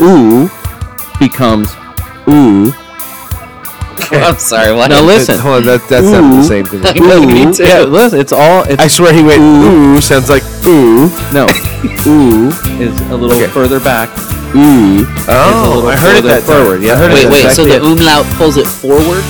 ooh becomes ooh. I'm sorry. What? Now listen. Hold on, that, that's not the Ooh. same thing. Like- Look, me Ooh. too. Yeah, listen, it's all it's I swear he went, ooh, sounds like ooh. no. ooh is a little further back. Ooh. Oh, little I heard it further that forward, time. yeah. I heard wait, it wait. that So time. the umlaut pulls it forward.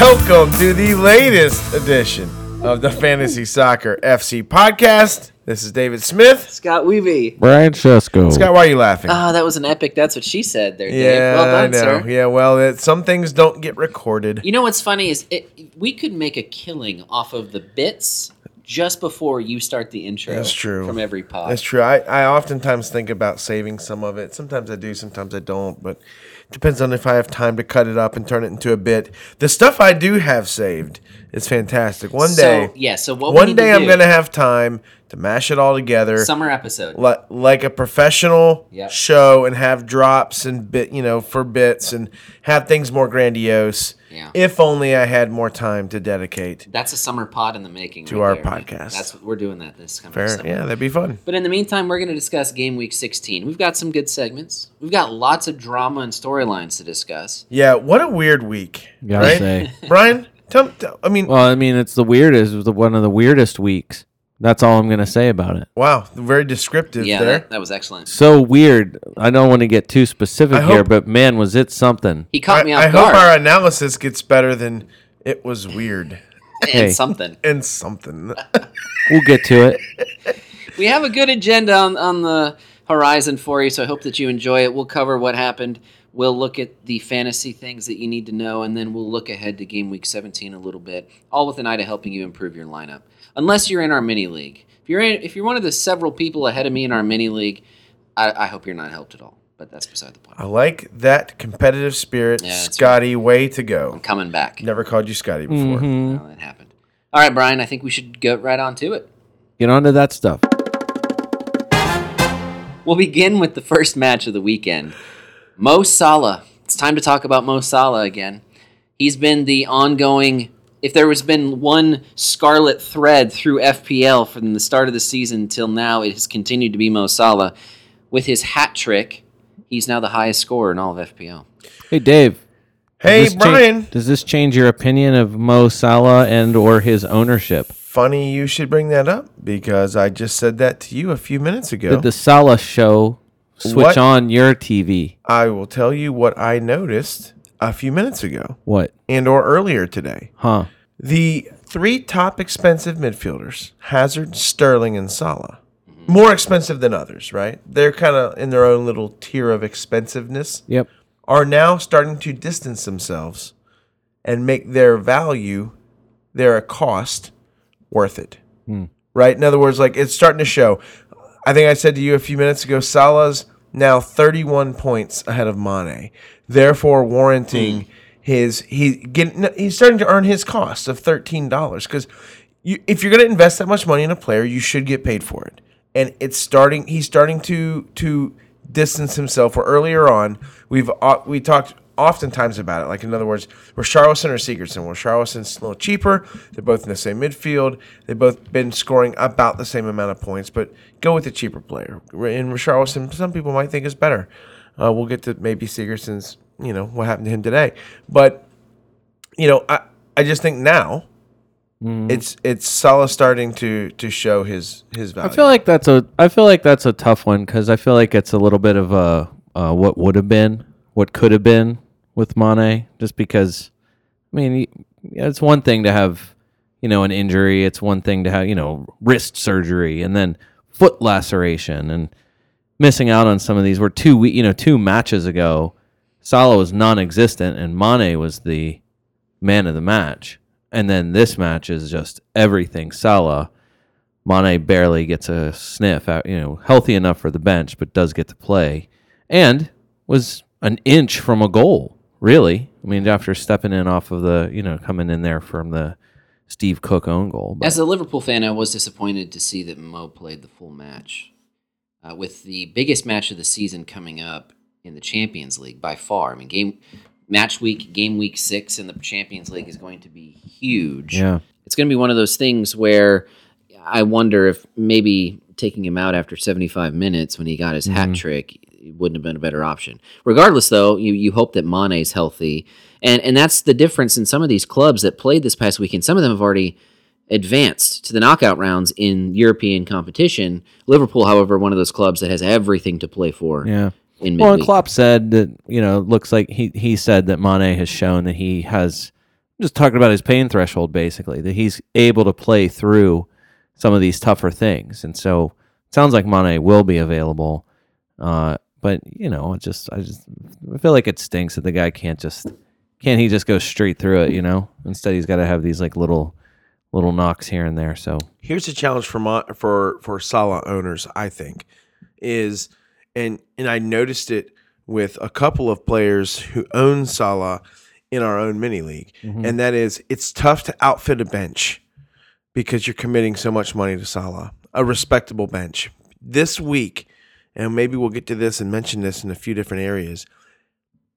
Welcome to the latest edition of the Fantasy Soccer FC podcast. This is David Smith. Scott Weavy. Brian Chesko. Scott, why are you laughing? Ah, that was an epic. That's what she said there, Dave. yeah, well done, I know. sir. Yeah, well, it, some things don't get recorded. You know what's funny is it, we could make a killing off of the bits just before you start the intro. That's true. From every pod. That's true. I, I oftentimes think about saving some of it. Sometimes I do, sometimes I don't, but it depends on if I have time to cut it up and turn it into a bit. The stuff I do have saved is fantastic. One day, So, yeah. So what? we one need to day I'm do- going to have time to mash it all together. summer episode. li- like a professional Yep. show and have drops and bit you know for bits and have things more grandiose Yeah. if only i had more time to dedicate That's a summer pod in the making. To our podcast. That's we're doing that this coming Fair- summer. yeah that'd be fun But in the meantime, we're going to discuss game week 16. We've got some good segments. We've got lots of drama and storylines to discuss. yeah what a weird week Gotta right say. brian tell, tell i mean Well, I mean, it's the weirdest, it was the- one of the weirdest weeks. That's all I'm gonna say about it. wow very descriptive yeah, there that, that was excellent. So weird. I don't want to get too specific I here, hope- but man, was it something? He caught i, me off I hope guard our analysis gets better than it was weird and Hey. something. and something We'll get to it. We have a good agenda on, on the horizon for you, so I hope that you enjoy it. We'll cover what happened. We'll look at the fantasy things that you need to know, and then we'll look ahead to game week 17 a little bit, all with an eye to helping you improve your lineup. Unless you're in our mini league. If you're, in, if you're one of the several people ahead of me in our mini league, I, I hope you're not helped at all. But that's beside the point. i like that competitive spirit Yeah, that's right. scotty way to go coming back. never called you scotty before Mm-hmm. Well, that happened. All right, Brian, I think we should get right on to it. Get on to that stuff. We'll begin with the first match of the weekend. Mo Salah. It's time to talk about Mo Salah again. He's been the ongoing. If there has been one scarlet thread through FPL from the start of the season till now, it has continued to be Mo Salah. With his hat trick, he's now the highest scorer in all of FPL. Hey, Dave. does hey this change- brian does this change your opinion of Mo Salah and or his ownership? Funny you should bring that up because I just said that to you a few minutes ago. Did the Salah show switch What? on your TV? I will tell you what I noticed a few minutes ago What? and or earlier today. Huh? The three top expensive midfielders, Hazard, Sterling, and Salah. More expensive than others, right? They're kind of in their own little tier of expensiveness. Yep. Are now starting to distance themselves and make their value, their cost, worth it. Right? In other words, like it's starting to show. I think I said to you a few minutes ago, Salah's now 31 points ahead of Mane, therefore warranting his he getting he's starting to earn his cost of $13 because you, if you're going to invest that much money in a player, you should get paid for it. And it's starting he's starting to to distance himself. Where earlier on we've au- we talked oftentimes about it. Like in other words, Richarlison or Sigurdsson. Well, Richarlison's a little cheaper. They're both in the same midfield. They've both been scoring about the same amount of points, but go with the cheaper player. And Richarlison, some people might think is better. Uh, we'll get to maybe Sigurdsson's. You know what happened to him today, but you know I I just think now. It's it's Salah starting to to show his his I value. feel like that's a I feel like that's a tough one because I feel like it's a little bit of a uh, what would have been, what could have been with Mane, just because. I mean, y- yeah, it's one thing to have, you know, an injury. It's one thing to have, you know, wrist surgery and then foot laceration and missing out on some of these. Were two we, you know, two matches ago, Salah was non-existent and Mane was the man of the match. And then this match is just everything Salah. Mane barely gets a sniff out, you know, healthy enough for the bench, but does get to play and was an inch from a goal, really. I mean, after stepping in off of the, you know, coming in there from the Steve Cook own goal. But As a Liverpool fan, I was disappointed to see that Mo played the full match. Uh, with the biggest match of the season coming up in the Champions League by far. I mean, game match week, game week six in the Champions League is going to be huge. Yeah. It's going to be one of those things where I wonder if maybe taking him out after 75 minutes when he got his hat trick it wouldn't have been a better option. Regardless, though, you, you hope that Mane's healthy. And, and that's the difference in some of these clubs that played this past weekend. Some of them have already advanced to the knockout rounds in European competition. Liverpool, however, one of those clubs that has everything to play for Yeah. in midweek. Well, and Klopp said that you know looks like he he said that Mane has shown that he has I'm just talking about his pain threshold basically that he's able to play through some of these tougher things, and so it sounds like Mane will be available. Uh, but you know, it just I just I feel like it stinks that the guy can't just can't he just go straight through it, you know? Instead, he's got to have these like little little knocks here and there. So Here's a challenge for Mon- for for Salah owners, I think, is and and I noticed it with a couple of players who own Salah in our own mini league, Mm-hmm. and that is it's tough to outfit a bench because you're committing so much money to Salah, a respectable bench. This week, and maybe we'll get to this and mention this in a few different areas,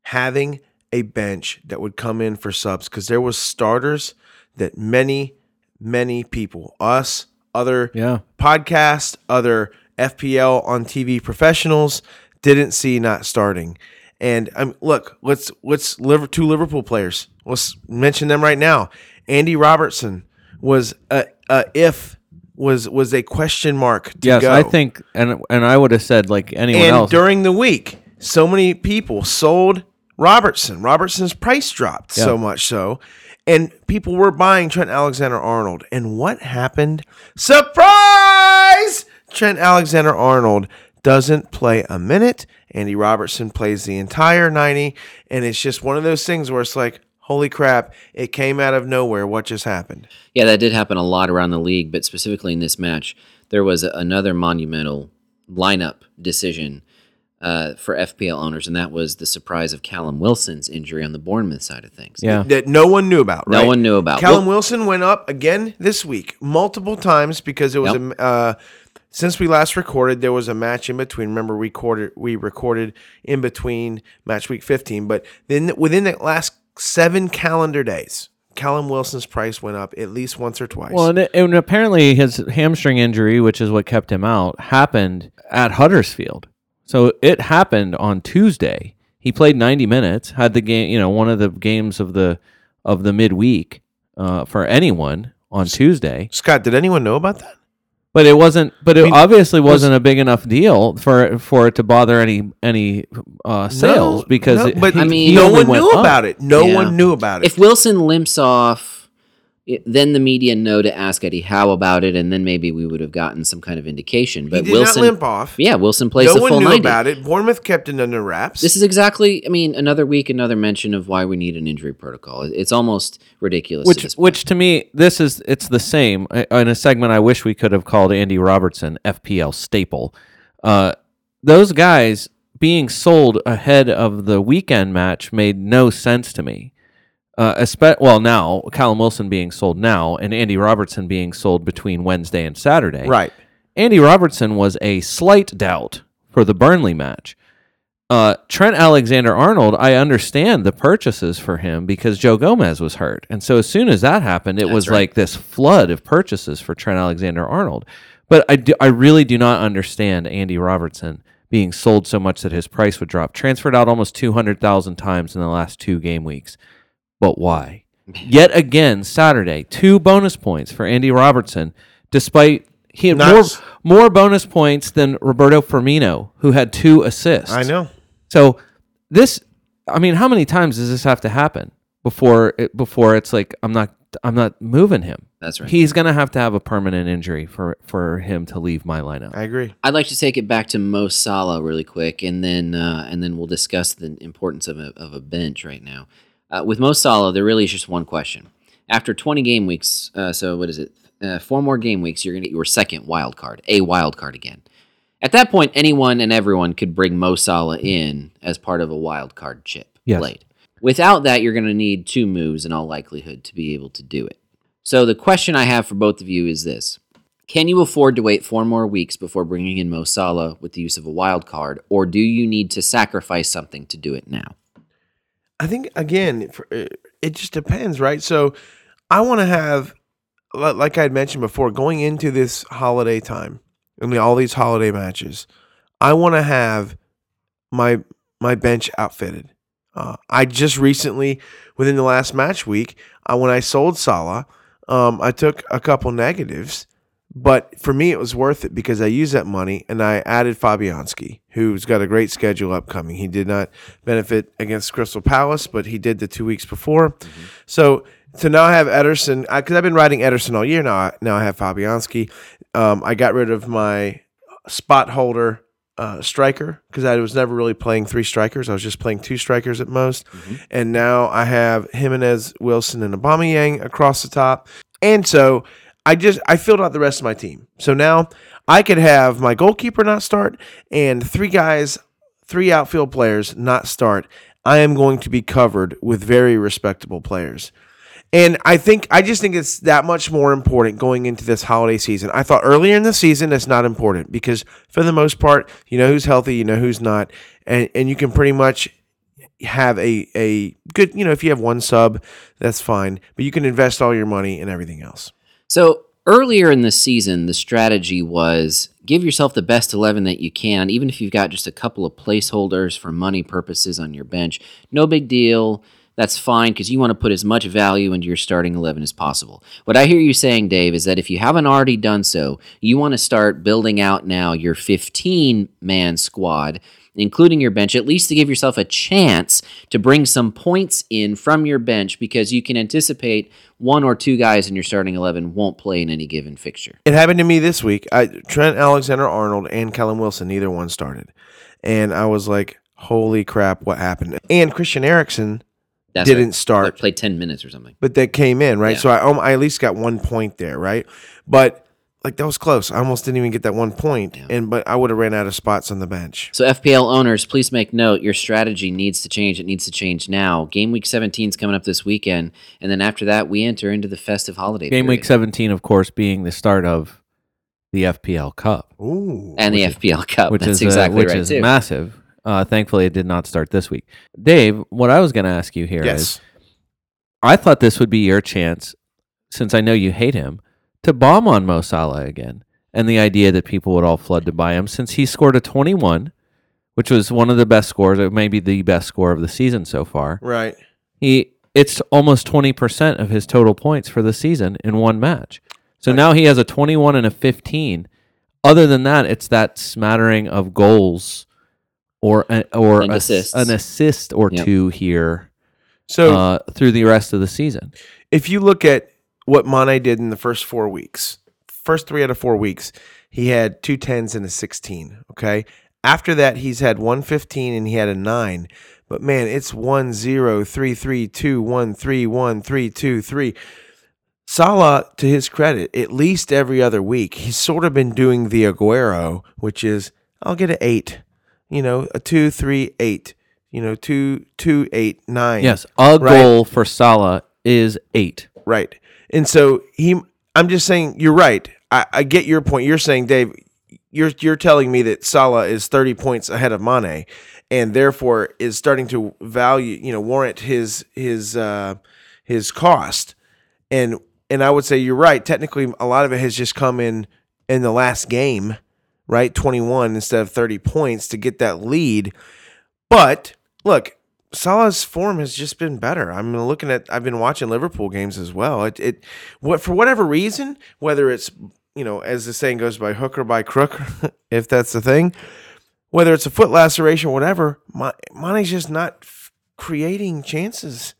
having a bench that would come in for subs because there was starters that many many people us other yeah, podcast other fpl on tv professionals didn't see not starting and um, look let's let's liver two liverpool players let's mention them right now andy robertson was a, a if was was a question mark to yes, go. I think and and I would have said like anyone And else. during the week, so many people sold Robertson. Robertson's price dropped so much so. And people were buying Trent Alexander Arnold. And what happened? Surprise! Trent Alexander Arnold doesn't play a minute. Andy Robertson plays the entire 90. And it's just one of those things where it's like, holy crap, it came out of nowhere. What just happened? Yeah, that did happen a lot around the league, but specifically in this match, there was another monumental lineup decision uh, for FPL owners, and that was the surprise of Callum Wilson's injury on the Bournemouth side of things. yeah, That no one knew about, no right? one knew about. Callum Uh, Well, Wilson went up again this week multiple times because it was a, uh, since we last recorded there was a match in between. Remember we recorded we recorded in between match week 15, but then within the last seven calendar days, Callum Wilson's price went up at least once or twice. Well, and, and apparently his hamstring injury, which is what kept him out, happened at Huddersfield. So it happened on Tuesday. He played 90 minutes, had the game, you know, one of the games of the of the midweek uh, for anyone on Tuesday. Scott, did anyone know about that? But it wasn't. But it mean, obviously wasn't a big enough deal for for it to bother any any uh, sales No, because no, it, but he- I mean- he no only one went knew up. about it. No Yeah. one knew about it. if Wilson limps off, it, then the media know to ask Eddie Howe about it, and then maybe we would have gotten some kind of indication. he But did Wilson, not limp off. yeah, Wilson plays no the one full knew ninety. about it. Bournemouth kept it under wraps. This is exactly, I mean, another week, another mention of why we need an injury protocol. It's almost ridiculous. at which this point. which to me this is it's the same I- in a segment i wish we could have called andy robertson fpl staple uh, those guys being sold ahead of the weekend match made no sense to me uh, espe- well now callum wilson being sold now and andy robertson being sold between wednesday and saturday right. Andy Robertson was a slight doubt for the Burnley match. Uh, Trent Alexander Arnold, I understand the purchases for him because Joe Gomez was hurt. And so as soon as that happened, it was like this flood of purchases for Trent Alexander Arnold. But I, do, I really do not understand Andy Robertson being sold so much that his price would drop. Transferred out almost 200,000 times in the last two game weeks. But why? Yet again, Saturday, two bonus points for Andy Robertson, despite he had Nice. more more bonus points than Roberto Firmino, who had two assists. I know. So this, I mean, how many times does this have to happen before it, before it's like I'm not I'm not moving him. That's right. He's gonna have to have a permanent injury for for him to leave my lineup. I agree. I'd like to take it back to Mo Salah really quick, and then uh, and then we'll discuss the importance of a, of a bench right now. Uh, with Mo Salah, there really is just one question. After 20 game weeks, uh, so what is it? Uh, four more game weeks, you're going to get your second wild card, a wild card again. At that point, anyone and everyone could bring Mo Salah in as part of a wild card chip Yes. late. Without that, you're going to need two moves in all likelihood to be able to do it. So the question I have for both of you is this. Can you afford to wait four more weeks before bringing in Mo Salah with the use of a wild card, or do you need to sacrifice something to do it now? I think again, for- it just depends, right? So, I want to have, li- like I had mentioned before, going into this holiday time and the- all these holiday matches, I want to have my my bench outfitted. Uh, I just recently, within the last match week, I, when I sold Salah, um, I took a couple negatives, but for me it was worth it because I used that money and I added Fabianski, who's got a great schedule upcoming. He did not benefit against Crystal Palace, but he did the two weeks before. So to now have Ederson, because I've been riding Ederson all year now. I, now I have Fabianski. Um, I got rid of my spot holder uh, striker because I was never really playing three strikers. I was just playing two strikers at most. And now I have Jimenez, Wilson, and Aubameyang across the top. And so I just I filled out the rest of my team. So now I could have my goalkeeper not start and three guys three outfield players not start, I am going to be covered with very respectable players. And I think I just think it's that much more important going into this holiday season. I thought earlier in the season it's not important because for the most part, you know who's healthy, you know who's not, and and you can pretty much have a a good, you know, if you have one sub, that's fine, but you can invest all your money in everything else. So earlier in the season, the strategy was give yourself the best 11 that you can, even if you've got just a couple of placeholders for money purposes on your bench. No big deal. That's fine because you want to put as much value into your starting 11 as possible. What I hear you saying, Dave, is that if you haven't already done so, you want to start building out now your 15 man squad including your bench, at least to give yourself a chance to bring some points in from your bench because you can anticipate one or two guys in your starting 11 won't play in any given fixture. It happened to me this week. I Trent Alexander Arnold and Kellen Wilson, neither one started. And I was like, holy crap, what happened? And Christian Erickson That's didn't right. start, Play 10 minutes or something. but that came in, right? Yeah. So I, um, I at least got one point there, right? But like that was close. I almost didn't even get that one point. And but I would have ran out of spots on the bench. So, FPL owners, please make note your strategy needs to change. It needs to change now. Game week 17 is coming up this weekend. And then after that, we enter into the festive holiday Game period. week 17, of course, being the start of the FPL Cup, Ooh. And the FPL Cup. which That's is uh, exactly which right, is too. massive. Uh, thankfully, it did not start this week. Dave, what I was going to ask you here is, yes. I thought this would be your chance, since I know you hate him, to bomb on Mo Salah again, and the idea that people would all flood to buy him, since he scored a 21, which was one of the best scores, it may be the best score of the season so far. Right. He it's almost 20% of his total points for the season in one match. So now he has a 21 and a 15. Other than that, it's that smattering of goals or a- or And a s- assists. an assist or Yep. two here So uh, through the rest of the season. if you look at what Mane did in the first four weeks, first three out of four weeks, he had two tens and a sixteen. Okay. After that, he's had one fifteen and he had a nine. But man, it's one zero three three two one three one three two three. Salah, to his credit, at least every other week, he's sort of been doing the Aguero, which is I'll get an eight, you know, a two three eight, you know, two two eight nine. Yes, a Right. goal for Salah is eight. Right. And so he I'm just saying you're right. I, I get your point. You're saying, Dave, you're you're telling me that Salah is 30 points ahead of Mane and therefore is starting to value, you know, warrant his his uh his cost. And and I would say you're right. Technically a lot of it has just come in in the last game, right? 21 instead of 30 points to get that lead. But look, Salah's form has just been better. I'm looking at. I've been watching Liverpool games as well. It, it what for whatever reason, whether it's you know, as the saying goes, by hook or by crook, if that's the thing, whether it's a foot laceration, or whatever, Ma- Mane's just not f- creating chances.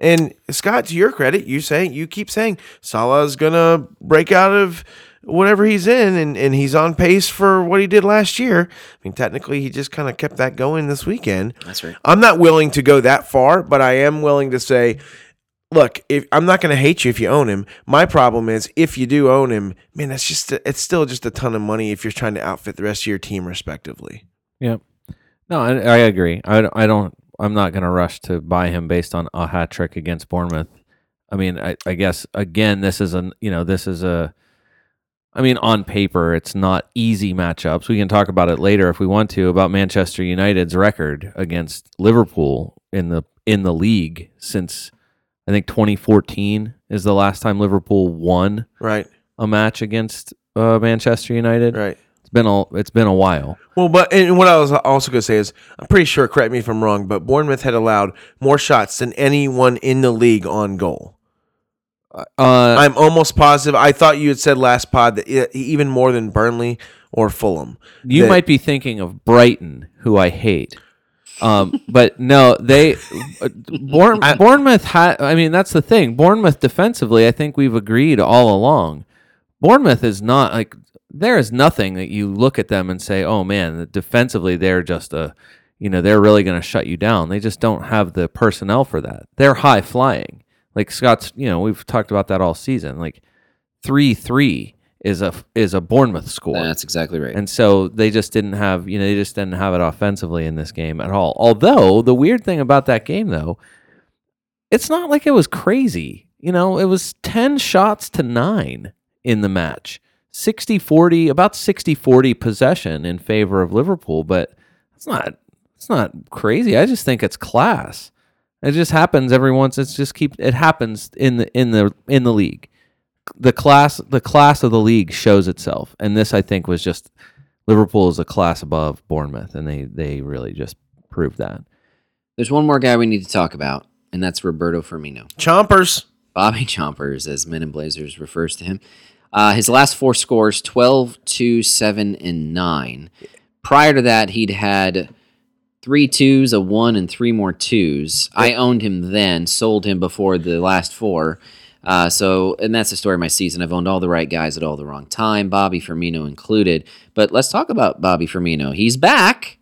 And Scott, to your credit, you say you keep saying Salah's gonna break out of whatever he's in, and, and he's on pace for what he did last year. I mean, technically, he just kind of kept that going this weekend. That's right. I'm not willing to go that far, but I am willing to say, look, if I'm not going to hate you if you own him. My problem is if you do own him, man, that's just it's still just a ton of money if you're trying to outfit the rest of your team respectively. Yep. No, I, I agree. I, don't- I don't. I'm not going to rush to buy him based on a hat trick against Bournemouth. I mean, I, I guess again, this is an you know this is a. I mean, on paper, it's not easy matchups. We can talk about it later if we want to about Manchester United's record against Liverpool in the in the league since I think 2014 is the last time Liverpool won Right. a match against uh, Manchester United. Right. It's been a it's been a while. Well, but and what I was also going to say is, I'm pretty sure. Correct me if I'm wrong, but Bournemouth had allowed more shots than anyone in the league on goal. Uh, I'm almost positive. I thought you had said last pod that e- even more than Burnley or Fulham. you that- might be thinking of Brighton, who I hate. Um, but no, they uh, Bourne, Bournemouth. Ha- I mean, that's the thing. Bournemouth defensively, I think we've agreed all along. Bournemouth is not like there is nothing that you look at them and say, "Oh man, defensively they're just a, you know, they're really going to shut you down." They just don't have the personnel for that. They're high flying. Like Scott's, you know, we've talked about that all season. Like three three is a is a Bournemouth score. That's exactly right. And so they just didn't have, you know, they just didn't have it offensively in this game at all. Although the weird thing about that game though, it's not like it was crazy. You know, it was 10 shots to 9 in the match. 60-40, about 60-40 possession in favor of Liverpool, but it's not it's not crazy. I just think it's class. It just happens every once. It's just keep it happens in the in the in the league. The class the class of the league shows itself, and this I think was just Liverpool is a class above Bournemouth, and they they really just proved that. There's one more guy we need to talk about, and that's Roberto Firmino. Chompers. Bobby Chompers, as Men in Blazers refers to him. Uh, his last four scores 12, 2, 7, and 9. Prior to that, he'd had three twos, a one, and three more twos. I owned him then, sold him before the last four. Uh, so, and that's the story of my season. I've owned all the right guys at all the wrong time, Bobby Firmino included. But let's talk about Bobby Firmino. He's back.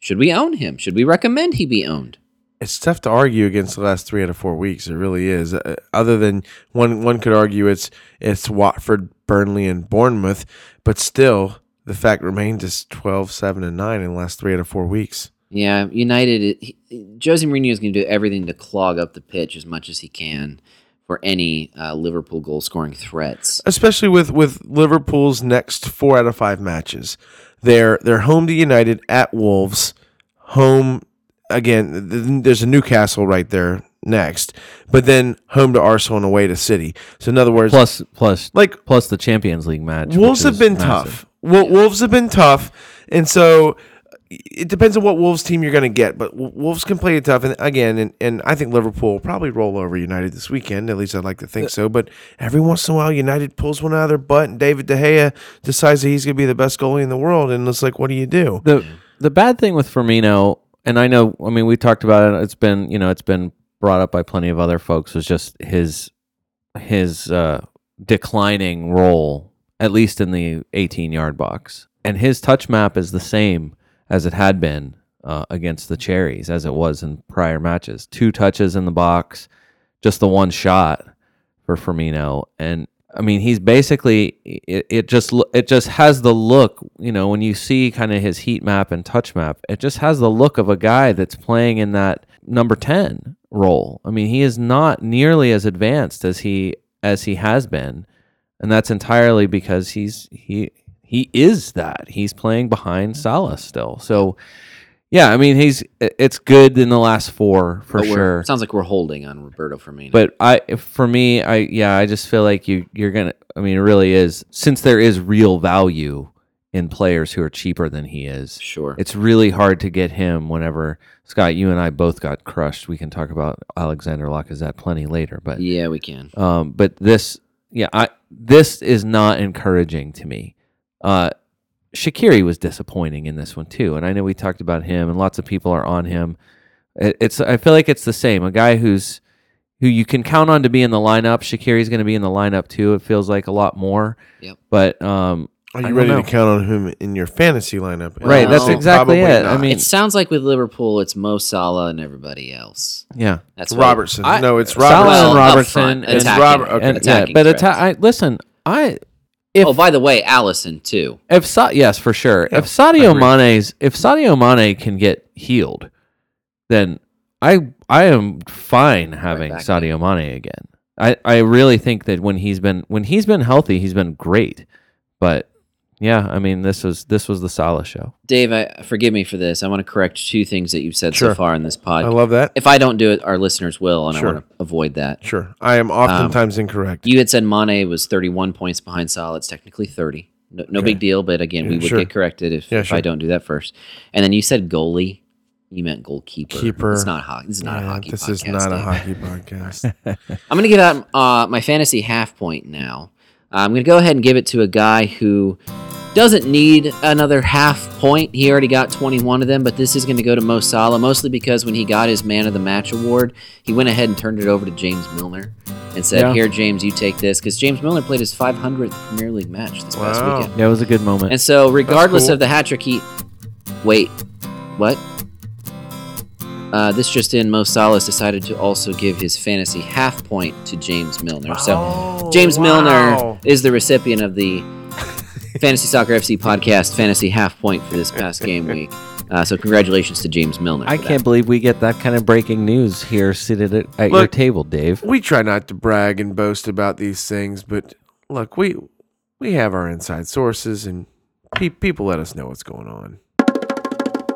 Should we own him? Should we recommend he be owned? It's tough to argue against the last three out of four weeks. It really is. Uh, Other than one, one could argue it's it's Watford, Burnley, and Bournemouth, but still the fact remains is 12, 7, and nine in the last three out of four weeks. Yeah, United. it- He, Jose Mourinho is going to do everything to clog up the pitch as much as he can for any uh, Liverpool goal scoring threats. Uh, especially with with Liverpool's next four out of five matches. They're they're home to United at Wolves, home again. th- th- There's a Newcastle right there next, but then home to Arsenal and away to City. So in other words, Plus plus like plus the Champions League match. Wolves which have is been massive. tough. Wo- Wolves have been tough, and so it depends on what Wolves team you're going to get. But Wo- Wolves can play it tough, and again, and, and I think Liverpool will probably roll over United this weekend. At least I'd like to think so. But every once in a while, United pulls one out of their butt, and David De Gea decides that he's going to be the best goalie in the world, and it's like, what do you do? The the bad thing with Firmino, and I know, I mean, we talked about it. It's been you know, it's been brought up by plenty of other folks. Was just his his uh, declining role, at least in the 18 yard box, and his touch map is the same as it had been uh, against the Cherries, as it was in prior matches. Two touches in the box, just the one shot for Firmino, and I mean he's basically it, it just lo- it just has the look, you know, when you see kind of his heat map and touch map, it just has the look of a guy that's playing in that number ten role. I mean he is not nearly as advanced as he as he has been, and that's entirely because he's he he is that he's playing behind Salah still. So yeah, I mean he's it- it's good in the last four for But we're- sure sounds like we're holding on Roberto Firmino. but I for me I yeah I just feel like you you're gonna I mean it really is since there is real value in players who are cheaper than he is sure, it's really hard to get him whenever Scott you and I both got crushed we can talk about Alexander Lacazette plenty later but yeah, we can. um, but this, yeah, I this is not encouraging to me. Uh, Shakiri was disappointing in this one too, and I know we talked about him, and lots of people are on him. It, it's I feel like it's the same. A guy who's who you can count on to be in the lineup. Shakiri's going to be in the lineup too. It feels like a lot more. Yep. But um, Are I you don't ready know. to count on whom in your fantasy lineup? And right, I'd that's say exactly probably it. I not. mean, it sounds like with Liverpool, it's Mo Salah and everybody else. yeah. That's It's what- Robertson. I- no, it's Robertson. Salah and Well, up Robertson front, and- attacking, Robert- okay. And, yeah, attacking but atta- threats. I, listen, I if oh, by the way, Allison too. If Sa- yes, for sure. Yeah, if Sadio Mane's if Sadio Mane can get healed, then I I am fine having back at Sadio Mane again. I, I really think that when he's been when he's been healthy, he's been great. But yeah, I mean this was this was the Salah show. Dave, I, forgive me for this. I want to correct two things that you've said Sure. so far in this I pod. love that. if I don't do it, our listeners will, and Sure. I want to avoid that. Sure. I am Um, oftentimes incorrect. You had said Mane was 31 points behind Salah. It's technically 30. No, no big deal, but again, we Yeah, would sure. get corrected if, Yeah, if sure. I don't do that first. And then you said goalie. You meant goalkeeper. Keeper. It's not hockey. This is not a Yeah, hockey. this is podcast, not a Dave. hockey podcast. I'm going to give out uh, my fantasy half point now. I'm going to go ahead and give it to a guy who doesn't need another half point. He already got 21 of them, but this is going to go to Mo Salah, mostly because when he got his Man of the Match award, he went ahead and turned it over to James Milner and said, Yeah. Here, James, you take this, because James Milner played his 500th Premier League match this past Wow. weekend. Yeah, it was a good moment. And so, regardless cool. of the hat trick, he. Wait, what? Uh, this just in: Mo Salas decided to also give his fantasy half point to James Milner. So Oh, James Milner wow. is the recipient of the Fantasy Soccer FC podcast fantasy half point for this past game week. Uh, so congratulations to James Milner. I for can't believe we get that kind of breaking news here seated at, at your Look- table, Dave. We try not to brag and boast about these things, but look, we we have our inside sources and pe- people let us know what's going on.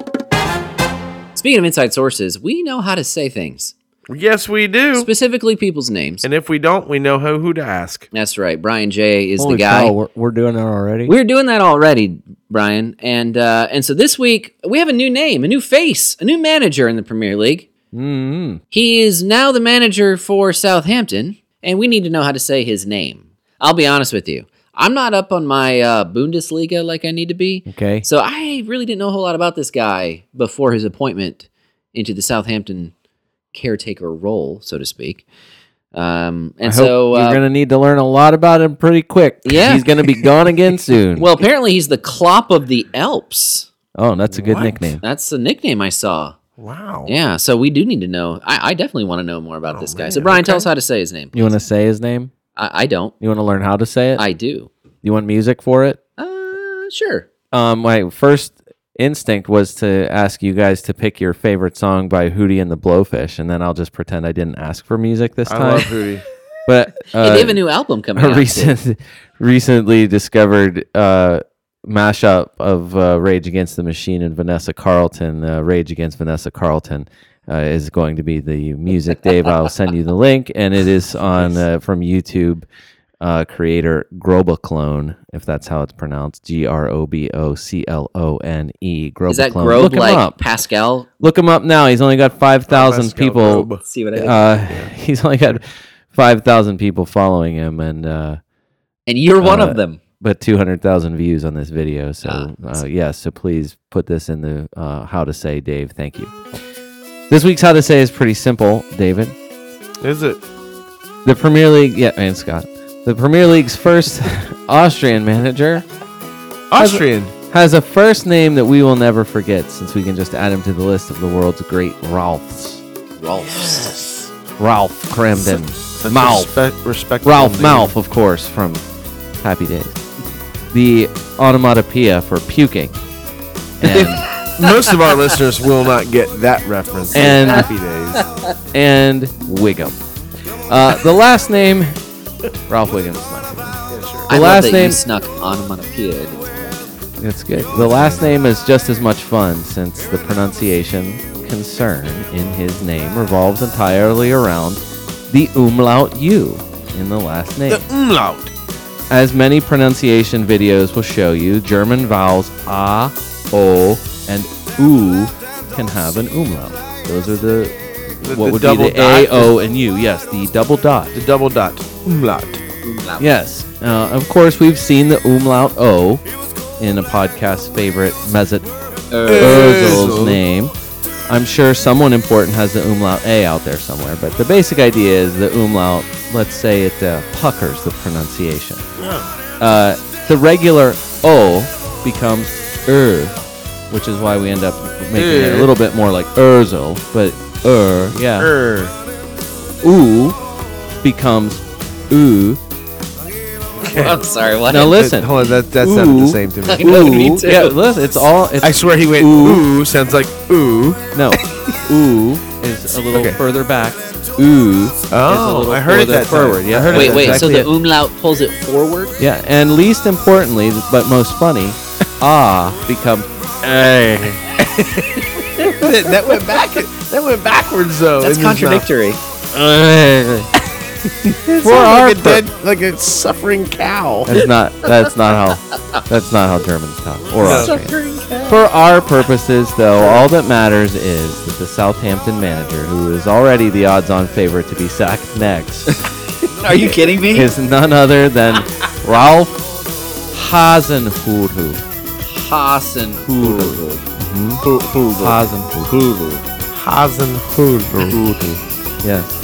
that. Speaking of inside sources, we know how to say things, Yes, we do. specifically people's names. And if we don't, we know who, who to ask. That's right. Brian J is Holy the guy. cow, we're, we're doing it already. We're doing that already, Brian. And uh, and so this week we have a new name, a new face, a new manager in the Premier League. mm He is now the manager for Southampton, and we need to know how to say his name. I'll be honest with you. I'm not up on my uh, Bundesliga like I need to be. Okay. So I really didn't know a whole lot about this guy before his appointment into the Southampton caretaker role, so to speak. Um, and I hope so you're uh, going to need to learn a lot about him pretty quick. Yeah. He's going to be gone again soon. well, apparently he's the Klopp of the Alps. oh, that's a good What? nickname. That's the nickname I saw. Wow. Yeah, so we do need to know. I, I definitely want to know more Oh, about this guy. so man, Brian, tell okay. us how to say his name. You want to say his name? I, I don't. You want to learn how to say it? I do. you want music for it? Uh, sure. Um, my first instinct was to ask you guys to pick your favorite song by Hootie and the Blowfish, and then I'll just pretend I didn't ask for music this I time. love Hootie. but Hey, uh, they have a new album coming a out. recent, recently discovered uh, mashup of uh, Rage Against the Machine and Vanessa Carlton. Uh, Rage Against Vanessa Carlton uh, is going to be the music, Dave. I'll send you the link, and it is on uh, from YouTube. Uh, creator Groboclone, if that's how it's pronounced, G R O B O C L O N E. Groboclone. Is that Look Grobe him like up. Pascal? Look him up now. He's only got five thousand Pascal people Grobe. see what I uh, he's only got five thousand people following him, and uh, And you're one uh, of them. but two hundred thousand views on this video. So Ah, uh, yeah, so please put this in the uh, how to say, Dave. Thank you. This week's how to say is pretty simple, David. Is it? The Premier League, yeah, and Scott. The Premier League's first Austrian manager Austrian. has a first name that we will never forget, since we can just add him to the list of the world's great Ralphs. Rolfs. Ralph Cramden, That's Mouth. Respect, respect Ralph Malf, of course, from Happy Days. The onomatopoeia for puking. And, Most of our listeners will not get that reference. And- happy days. and Wiggum. Uh, the last name, Ralph Wiggum's last name. I love last that name- you snuck onomatopoeia. into it. That's good. The last name is just as much fun since the pronunciation concern in his name revolves entirely around the umlaut U in the last name. The umlaut. As many pronunciation videos will show you, German vowels a, o, and u can have an umlaut. Those are the, The- what the would double be the a, dot? o, and u. Yes, the double dot. The double dot. Umlaut. Umlaut. Yes. Uh, of course, we've seen the umlaut o in a podcast favorite Mesut Ozil's Ozil. name. I'm sure someone important has the umlaut a out there somewhere, but the basic idea is the umlaut. Let's say it uh, puckers the pronunciation. Uh, the regular o becomes er, which is why we end up making it a Er. little bit more like Ozil, but er, yeah Er. ooh becomes ooh. I'm Oh, sorry. What? Now listen. Hold on, that, that sounded Ooh. the same to me. know, me Ooh. too. Yeah, listen, it's all it's I swear he went, ooh, sounds like ooh. no. ooh is a little Okay. further back. Oh, ooh. is a little I heard it further that time. forward. Yeah, I heard it Wait, that wait. exactly so the umlaut pulls it forward. it. yeah, and least importantly, but most funny, ah becomes a. that, that went back. That went backwards though. Oh, That's uh, in his mouth. contradictory. For our like a pur- dead, like a suffering cow. That's not. That's not how. That's not how Germans talk or No. Austrians. For our purposes, though, all that matters is that the Southampton manager, who is already the odds-on favorite to be sacked next, Are you kidding me? is none other than Ralph Hasenhudu. Hassan Hasenhudu. Yes.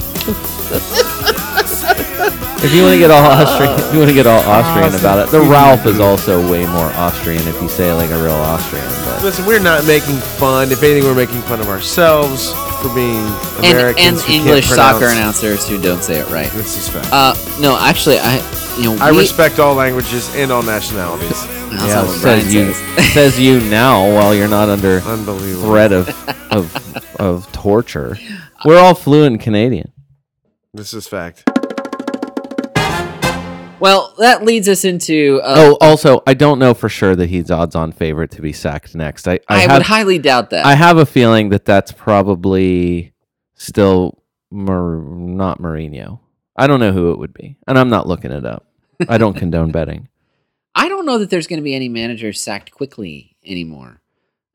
if you want to get all Uh, Austrian, if you want to get all Austrian about it, the Ralph is also way more Austrian if you say it like a real Austrian. But Listen, we're not making fun. If anything, we're making fun of ourselves for being and, and Americans who can't English soccer pronounce- announcers who don't say it right. This is fact. Uh, no, actually, I you know I we, respect all languages and all nationalities. That's not yeah, what Brian says you says. says you now while you're not under Unbelievable. threat of of of torture. We're all fluent Canadian. This is fact. Well, that leads us into. Uh, Oh, also, I don't know for sure that he's odds-on favorite to be sacked next. I I, I, have would highly doubt that. I have a feeling that that's probably still Mar- not Mourinho. I don't know who it would be, and I'm not looking it up. I don't condone betting. I don't know that there's going to be any managers sacked quickly anymore.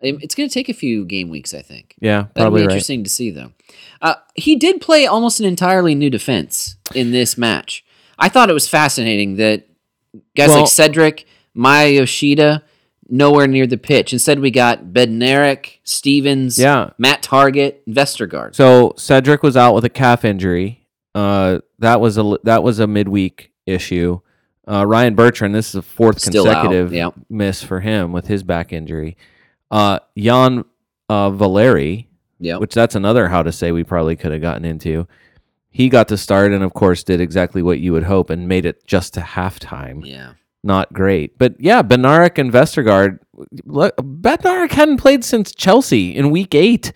Um, It's going to take a few game weeks, I think. Yeah, That'll probably be right. interesting to see, though. Uh, he did play almost an entirely new defense in this match. I thought it was fascinating that guys Well- like Cedric, Maya Yoshida, nowhere near the pitch. Instead, we got Bednarik, Stevens, Yeah. Matt Target, and Vestergaard. So Cedric was out with a calf injury. Uh, that was a that was a midweek issue. Uh, Ryan Bertrand, this is the fourth Still out, consecutive yeah. miss for him with his back injury. Uh, Jan uh, Valeri, yeah. which that's another how to say we probably could have gotten into. He got to start and, of course, did exactly what you would hope and made it just to halftime. Yeah. Not great, but yeah, Benarik and Vestergaard. Look, Benarik hadn't played since Chelsea in Week Eight.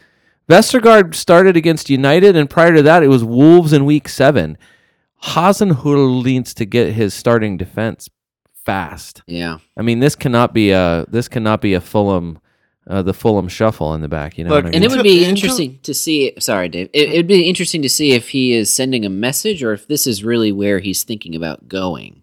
Vestergaard started against United, and prior to that, it was Wolves in Week Seven. Hasenhutl needs to get his starting defense fast. Yeah. I mean, this cannot be a this cannot be a Fulham, uh, the Fulham shuffle in the back. You know, Look, what I And it mean? would be interesting to see. Sorry, Dave. It would be interesting to see if he is sending a message or if this is really where he's thinking about going.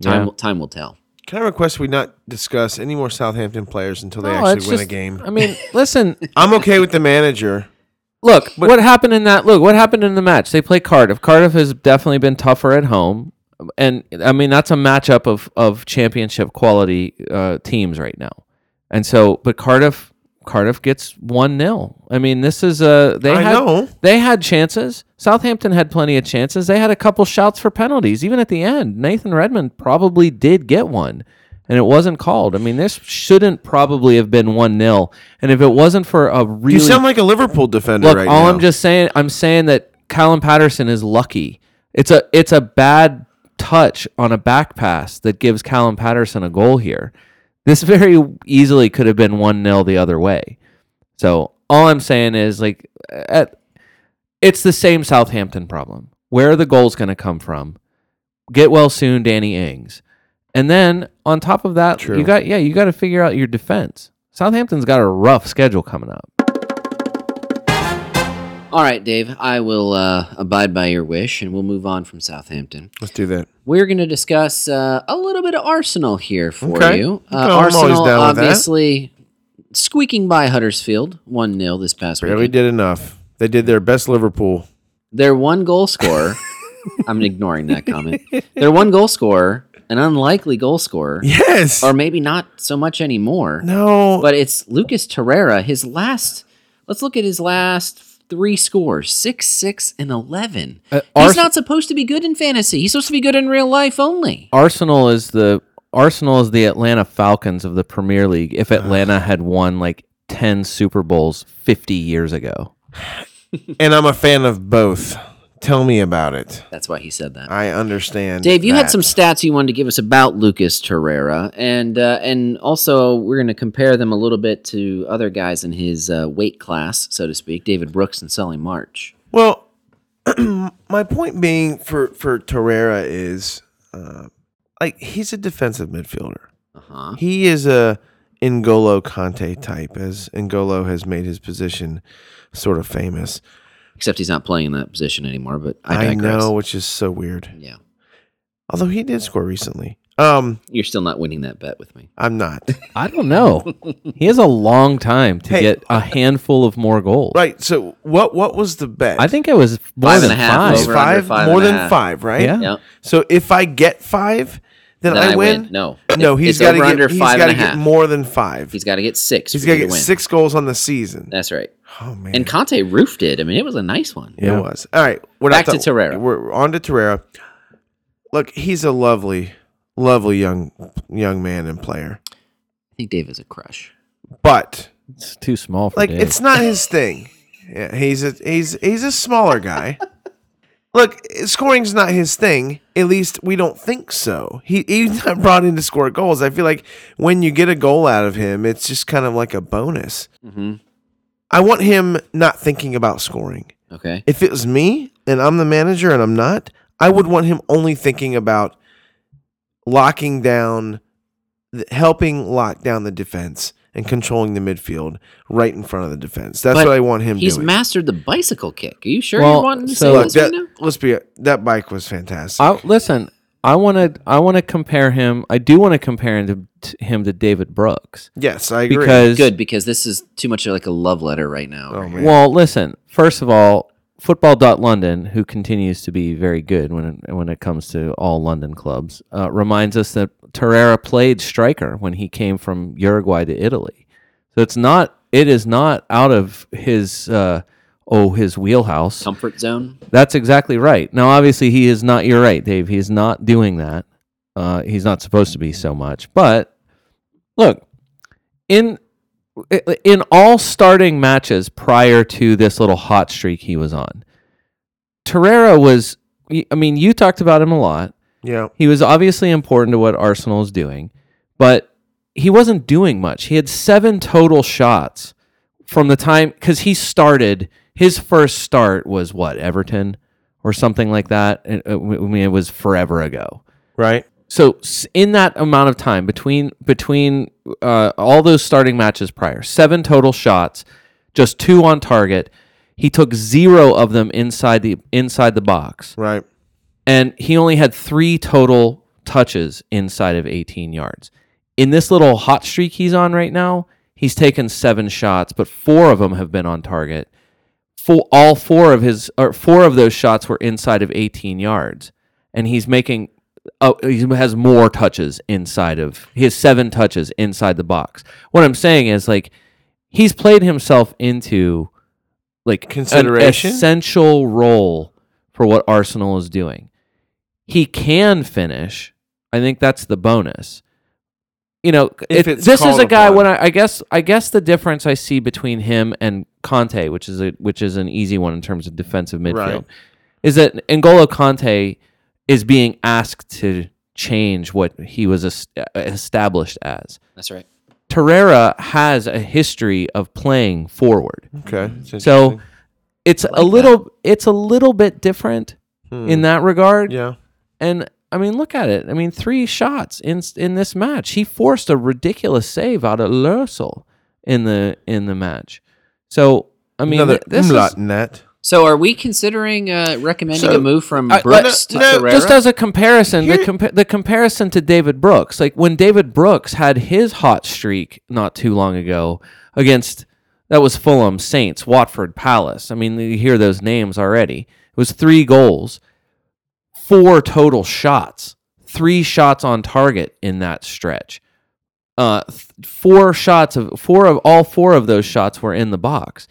Time, Yeah. will, time will tell. Can I request we not discuss any more Southampton players until they No, actually it's win a just- game? I mean, listen, I'm okay with the manager. Look, what happened in that? Look, what happened in the match? They play Cardiff. Cardiff has definitely been tougher at home, and I mean that's a matchup of of championship quality uh, teams right now. And so, but Cardiff, Cardiff gets one 0 I mean, this is a they I had know. they had chances. Southampton had plenty of chances. They had a couple shots for penalties, even at the end. Nathan Redmond probably did get one, and it wasn't called. I mean, this shouldn't probably have been one 0 And if it wasn't for a really You sound like a Liverpool defender Look, right all now. I'm just saying, I'm saying that Callum Patterson is lucky. It's a it's a bad touch on a back pass that gives Callum Patterson a goal here. This very easily could have been one 0 the other way. So all I'm saying is like, at, it's the same Southampton problem. Where are the goals going to come from? Get well soon, Danny Ings. And then on top of that, True. you got yeah, you got to figure out your defense. Southampton's got a rough schedule coming up. All right, Dave. I will uh, abide by your wish, and we'll move on from Southampton. Let's do that. We're going to discuss uh, a little bit of Arsenal here for Okay. you. Okay, Uh, I'm always Arsenal down with that. obviously squeaking by Huddersfield one 0 this past Barely week. did enough. They did their best Liverpool. Their one goal scorer. I'm ignoring that comment. Their one goal scorer, an unlikely goal scorer. Yes. or maybe not so much anymore. Um, no. But it's Lucas Torreira. His last, let's look at his last three scores: six, six, and eleven. Uh, He's Ars- not supposed to be good in fantasy. He's supposed to be good in real life only. Arsenal is the Arsenal is the Atlanta Falcons of the Premier League. If Atlanta had won like ten Super Bowls fifty years ago, and I'm a fan of both. Tell me about it. That's why he said that. I understand. Dave, you had that. some stats you wanted to give us about Lucas Torreira, and uh, and also we're going to compare them a little bit to other guys in his uh, weight class, so to speak, David Brooks and Sully March. Well, my point being for for Torreira is uh, like he's a defensive midfielder. Uh-huh. He is a N'Golo Conte type, as N'Golo has made his position sort of famous. Except he's not playing in that position anymore, but I I, digress. know, which is so weird. Yeah. Although he did score recently. Um, You're still not winning that bet with me. I'm not I don't know. he has a long time to Hey. get a handful of more goals. right. So what what was the bet? I think it was more Five than and a half, five. over. five, under five more and a than half. five, right? Yeah. Yeah. So if I get five, then, Then I, win. No. no, It- he's it's got to over get under he's five gotta and a get half. more than five. He's got to get six. He's for got to you get win. six goals on the season. That's right. oh man, And Conte roofed it. I mean, it was a nice one. it was all right. We're Back not to Torreira. We're we're on to Torreira. Look, he's a lovely, lovely young young man and player, I think Dave is a crush. but It's too small for like Dave. it's not his thing. Yeah, he's a he's he's a smaller guy. Look, scoring's not his thing. At least we don't think so. He he's not brought in to score goals. I feel like when you get a goal out of him, it's just kind of like a bonus. hmm I want him not thinking about scoring. Okay. If it was me and I'm the manager and I'm not, I would want him only thinking about locking down, th- helping lock down the defense and controlling the midfield right in front of the defense. That's But what I want him He's doing. mastered the bicycle kick. Are you sure Well, you're wanting to so- say Look, this right that, now? let's be that bike was fantastic. I, listen, I want to. I want to compare him. I do want to compare him to, to him to David Brooks yes, I agree. because Good, because this is too much like a love letter right now. oh man, Well, listen. First of all, football.london, who continues to be very good when it, when it comes to all London clubs, uh, reminds us that Torreira played striker when he came from Uruguay to Italy. So it's not it is not out of his uh, oh his wheelhouse. Comfort zone. That's exactly right. Now, obviously, he is not. You're right, Dave. He is not doing that. Uh, he's not supposed to be so much. But look, in in all starting matches prior to this little hot streak he was on, Torreira was. I mean, you talked about him a lot. yeah, He was obviously important to what Arsenal is doing, but he wasn't doing much. He had seven total shots from the time because he started. His first start was what Everton or something like that. And, uh, I mean, it was forever ago. right. So s- in that amount of time between between uh, all those starting matches prior, seven total shots, just two on target. He took zero of them inside the inside the box Right. and he only had three total touches inside of 18 yards. In this little hot streak he's on right now, he's taken seven shots, but four of them have been on target. Four, all four of his or four of those shots were inside of 18 yards, and he's making. Uh, he has more touches inside of. He has seven touches inside the box. What I'm saying is like he's played himself into like an Consideration? essential role for what Arsenal is doing he can finish. I think that's the bonus. You know, If it- it's this is called a guy. upon. When I, I guess, I guess the difference I see between him and Conte, which is a which is an easy one in terms of defensive midfield, Right. is that N'Golo Conte is being asked to change what he was es- uh, established as. That's right. Torreira has a history of playing forward. Okay. Mm-hmm. So it's a little it's a little bit different in that regard. Hmm. yeah. And I mean, look at it. I mean, three shots in in this match. He forced a ridiculous save out of Lursel in the in the match. So I mean, Another this is umlaut in that. So, are we considering uh, recommending So, a move from I- Brooks to no, no, Torreira? just as a comparison. The, Here- compa- the comparison to David Brooks, like when David Brooks had his hot streak not too long ago against that was Fulham, Saints, Watford, Palace. I mean, you hear those names already. It was three goals. four total shots, three shots on target in that stretch. Uh, th- four shots of four of all four of those shots were in the box.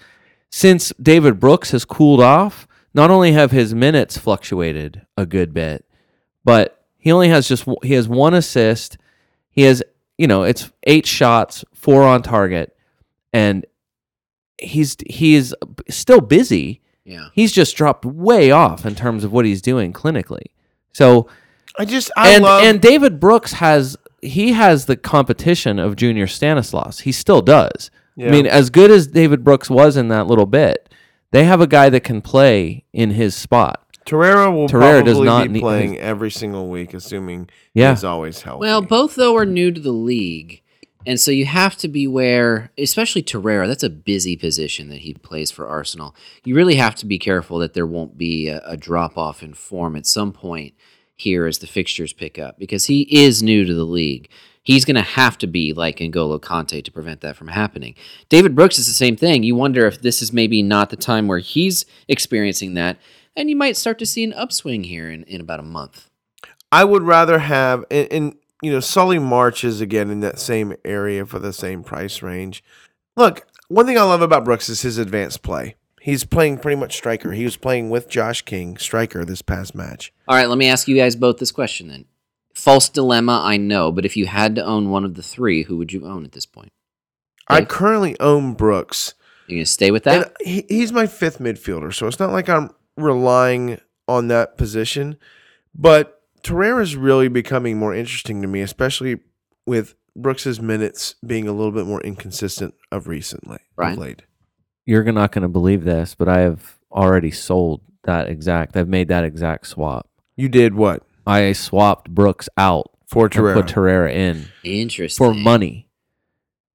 Since David Brooks has cooled off, not only have his minutes fluctuated a good bit, but he only has just w- he has one assist. He has you know it's eight shots, four on target, and he's he is still busy yeah. he's just dropped way off in terms of what he's doing clinically. So I just I and love and David Brooks has he has the competition of Junior Stanislaus. He still does. I Yeah. mean, as good as David Brooks was in that little bit, They have a guy that can play in his spot. Terrera will Torreira probably does not be need- playing every single week, assuming Yeah. he's always healthy. Well, both though are new to the league, and so you have to beware, especially Torreira. That's a busy position that he plays for Arsenal. You really have to be careful that there won't be a, a drop off in form at some point here as the fixtures pick up because he is new to the league. He's going to have to be like N'Golo Conte to prevent that from happening. David Brooks is the same thing. You wonder if this is maybe not the time where he's experiencing that, and you might start to see an upswing here in, in about a month. I would rather have and, and you know Sully March is again in that same area for the same price range. Look, one thing I love about Brooks is his advanced play. He's playing pretty much striker. He was playing with Josh King, striker this past match. All right, let me ask you guys both this question then. False dilemma, I know, but if you had to own one of the three, who would you own at this point? I Yeah. currently own Brooks. You gonna stay with that? and he, he's my fifth midfielder, so it's not like I'm relying on that position. But Torreira's really becoming more interesting to me, especially with Brooks's minutes being a little bit more inconsistent of recently. of Brian? late. You're not going to believe this, but I have already sold that exact. I've made that exact swap. You did what I swapped Brooks out for and Torreira? put Torreira in. Interesting. for money.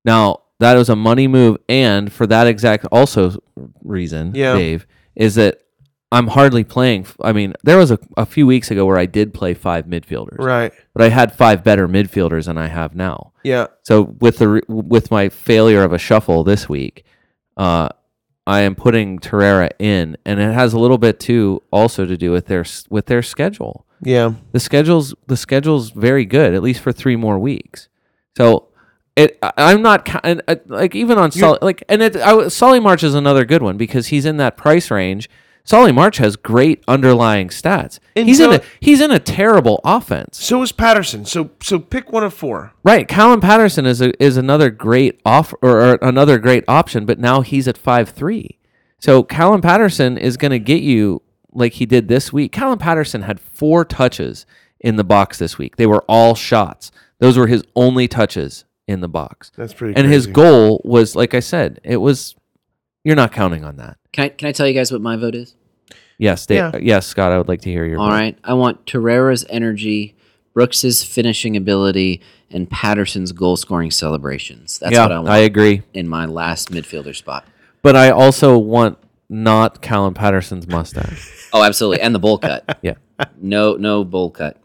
Now that was a money move, and for that exact also reason, Yeah. Dave, is that I'm hardly playing. f- I mean, there was a, a few weeks ago where I did play five midfielders, right? but I had five better midfielders than I have now. Yeah, So with the re- with my failure of a shuffle this week, uh, I am putting Terrera in, and it has a little bit too also to do with their s- with their schedule yeah. the schedule's the schedule's very good at least for three more weeks so it I- i'm not ca- and, uh, like even on Sol, like and it I, w- solly march is another good one because he's in that price range solly march has great underlying stats And he's in so- a he's in a terrible offense So is Patterson. So so pick one of four. right Callum patterson is a, is another great off or, or another great option but now he's at 5-3 so Callum patterson is going to get you like he did this week Callum patterson had four touches in the box this week they were all shots those were his only touches in the box That's pretty. and his crazy. goal was like i said it was you're not counting on that Can I can I tell you guys what my vote is? yes Dave, Yeah. yes scott i would like to hear your All right. I want Torreira's energy, Brooks's finishing ability, and Patterson's goal scoring celebrations. That's yeah what I want I agree in my last midfielder spot. but i also want not Callum patterson's mustache Oh, absolutely. And the bowl cut. yeah No, no bowl cut.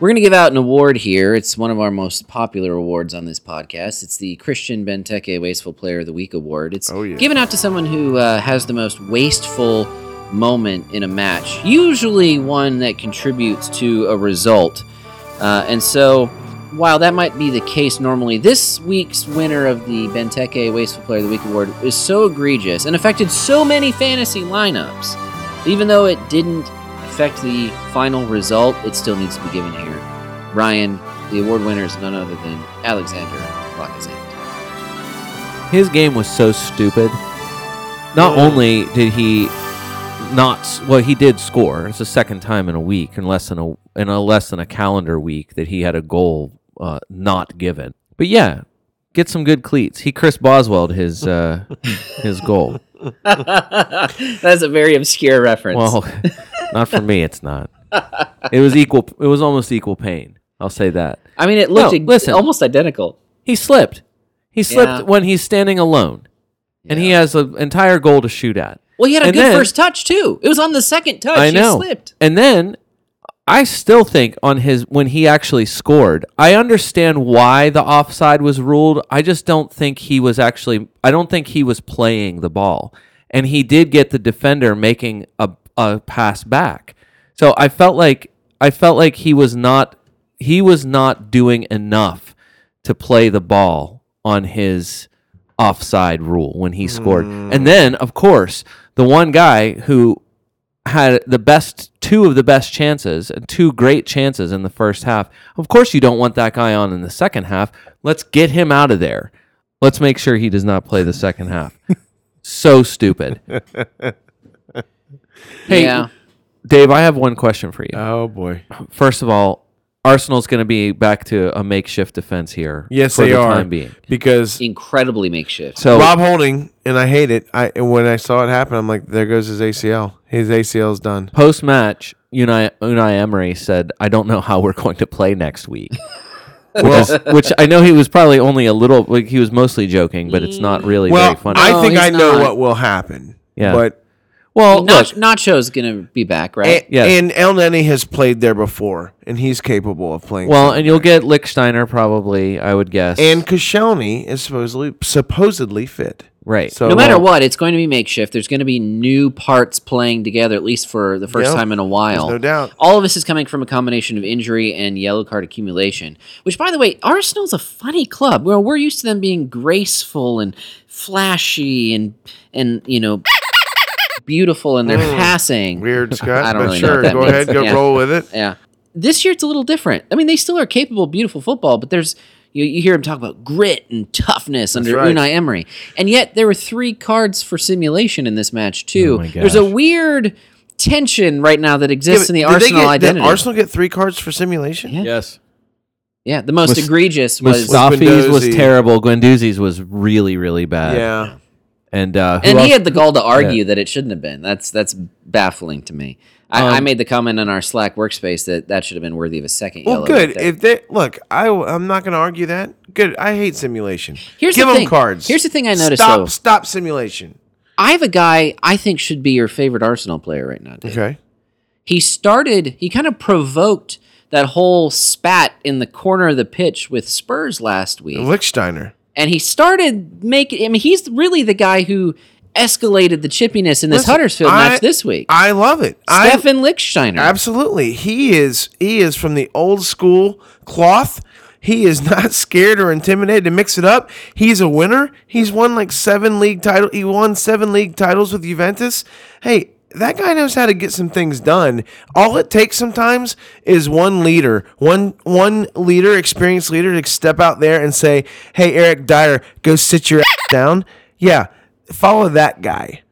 We're going to give out an award here. It's one of our most popular awards on this podcast. It's the Christian Benteke Wasteful Player of the Week award. It's Oh, yeah. given out to someone who uh, has the most wasteful moment in a match, usually one that contributes to a result. Uh, and so, while that might be the case normally, this week's winner of the Benteke Wasteful Player of the Week award is so egregious and affected so many fantasy lineups even though it didn't affect the final result, it still needs to be given here. Ryan, the award winner is none other than Alexander Lacazette. His game was so stupid. Not only did he not s- well, he did score. It's the second time in a week, in less than a in a less than a calendar week, that he had a goal uh, not given. But yeah, get some good cleats. He Chris Boswelled his uh, his goal. That's a very obscure reference. Well, not for me. It's not. It was equal. It was almost equal pain. I'll say that. I mean, it looked No, ig- listen. almost identical. He slipped. He slipped Yeah. when he's standing alone, and he has an entire goal to shoot at. Well, he had a And good then- first touch too. It was on the second touch. I know. He slipped. And then I still think on his when he actually scored, I understand why the offside was ruled. I just don't think he was actually I don't think he was playing the ball. And he did get the defender making a a pass back. So I felt like I felt like he was not he was not doing enough to play the ball on his offside rule when he scored. And then, of course, the one guy who had the best two of the best chances and two great chances in the first half. Of course, you don't want that guy on in the second half. Let's get him out of there. Let's make sure he does not play the second half. so stupid. hey, Yeah. Dave, I have one question for you. Oh boy. First of all, Arsenal's going to be back to a makeshift defense here. Yes, for they the are Time being. because Incredibly makeshift. So Rob Holding and I hate it. I and when I saw it happen, I'm like, there goes his ACL. His ACL's done. post match, Unai, Unai Emery said, "I don't know how we're going to play next week." Which is- which I know he was probably only a little. Like, he was mostly joking, but it's not really Well, very funny. I No, think he's I know not. what will happen. Yeah. but well, Nach- look, Eh, Nacho's gonna be back, and, right? Yeah. and El Nenny has played there before, and he's capable of playing. well, and you'll get Licksteiner probably. I would guess. and Koscielny is supposedly supposedly fit. right, So no matter uh, what, it's going to be makeshift. There's going to be new parts playing together, at least for the first Yeah. time in a while. no doubt. All of this is coming from a combination of injury and yellow card accumulation. Which, by the way, Arsenal's a funny club. Well, we're used to them being graceful and flashy and and you know beautiful in their Mm. passing. weird, Scott. I don't but really know sure, what that go means. ahead, go Yeah. roll with it. Yeah. This year it's a little different. I mean, they still are capable of beautiful football, but there's you, you hear him talk about grit and toughness under right. Unai Emery. And yet there were three cards for simulation in this match too. Oh my there's a gosh. weird tension right now that exists in the Did they Arsenal get, identity. Did Arsenal get three cards for simulation? Yeah. yes, yeah, the most Mus- egregious was Mustafi's was Guendouzi. terrible. Guendouzi's was really, really bad. Yeah. and uh, who and else- he had the gall to argue that it shouldn't have been. That's that's baffling to me. I, I made the comment on our Slack workspace that that should have been worthy of a second Well, yellow. good. That- If they look, I am not going to argue that. Good. I hate simulation. Here's Give the them thing. cards. Here's the thing I noticed, Stop. though. Stop simulation. I have a guy I think should be your favorite Arsenal player right now. Dave. Okay. he started he kind of provoked that whole spat in the corner of the pitch with Spurs last week. Lichtsteiner. And he started making I mean he's really the guy who escalated the chippiness in this Listen, Huddersfield I- match this week. I love it. I Stefan Lichtsteiner. absolutely. He is. He is from the old school cloth. He is not scared or intimidated to mix it up. He's a winner. He's won like seven league title. He won seven league titles with Juventus. Hey, that guy knows how to get some things done. All it takes sometimes is one leader, one one leader, experienced leader, to step out there and say, "Hey, Eric Dyer, go sit your ass down." Yeah, follow that guy.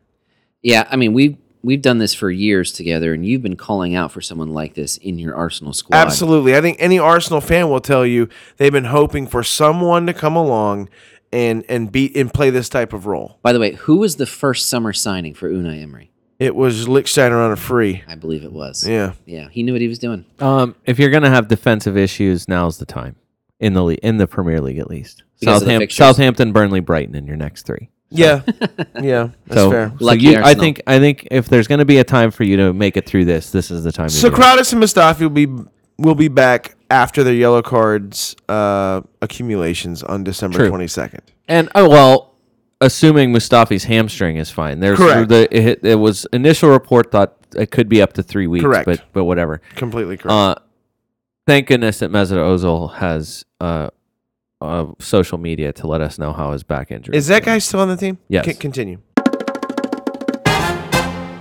yeah, I mean we've we've done this for years together and you've been calling out for someone like this in your Arsenal squad. Absolutely. I think any Arsenal fan will tell you they've been hoping for someone to come along and and beat and play this type of role. By the way, who was the first summer signing for Unai Emery? It was Lichtsteiner on a free. I believe it was. Yeah. Yeah, he knew what he was doing. Um, if you're gonna have defensive issues, now's the time in the le- in the Premier League at least. Because of the Southampton, fixtures. Southampton, Burnley, Brighton in your next three. Yeah. yeah. That's so, fair. so Lucky you, I Arsenal. think I think if there's gonna be a time for you to make it through this, this is the time. to do it. Socrates and Mustafi will be will be back after their yellow cards uh, accumulations on December True. twenty second. And oh well, assuming Mustafi's hamstring is fine. There's Correct. the it, it was initial report thought it could be up to three weeks, Correct. but but whatever. Completely correct. Uh, thank goodness that Mesut Ozil has uh, uh, social media to let us know how his back injury is that guy still on the team? Um, Yes. Con- continue.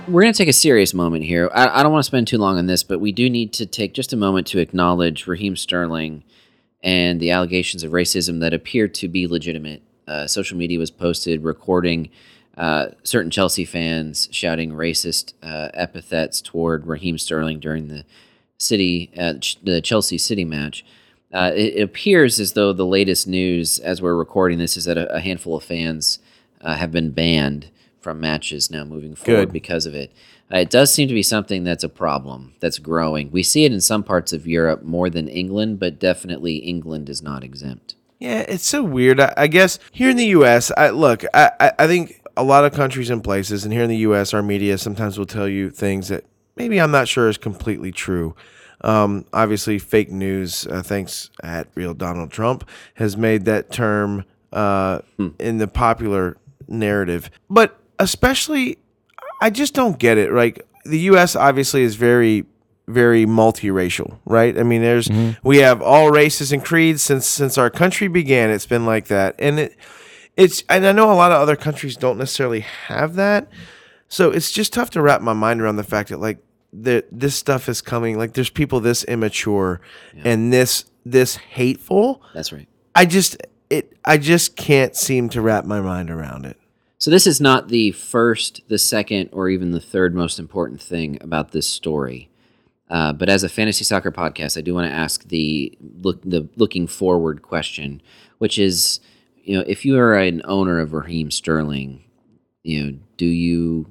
We're going to take a serious moment here. I, I don't want to spend too long on this, but we do need to take just a moment to acknowledge Raheem Sterling and the allegations of racism that appear to be legitimate. Uh, social media was posted recording uh, certain Chelsea fans shouting racist uh, epithets toward Raheem Sterling during the city, uh, ch- the Chelsea City match. Uh, it, it appears as though the latest news, as we're recording this, is that a, a handful of fans uh, have been banned from matches now moving forward Good. because of it. Uh, it does seem to be something that's a problem that's growing. We see it in some parts of Europe more than England, but definitely England is not exempt. Yeah, it's so weird. I, I guess here in the U.S., I look. I, I I think a lot of countries and places, and here in the U.S., our media sometimes will tell you things that maybe I'm not sure is completely true. Um, obviously, fake news, uh, thanks at real Donald Trump, has made that term uh, in the popular narrative. But especially, I just don't get it. Like the U.S. obviously is very, very multiracial, right? I mean, there's we have all races and creeds since since our country began. It's been like that, and it it's and I know a lot of other countries don't necessarily have that, so it's just tough to wrap my mind around the fact that like that this stuff is coming. Like there's people this immature and this this hateful. That's right. I just it I just can't seem to wrap my mind around it. So this is not the first, the second, or even the third most important thing about this story. Uh, but as a fantasy soccer podcast, I do want to ask the look the looking forward question, which is, you know, if you are an owner of Raheem Sterling, you know, do you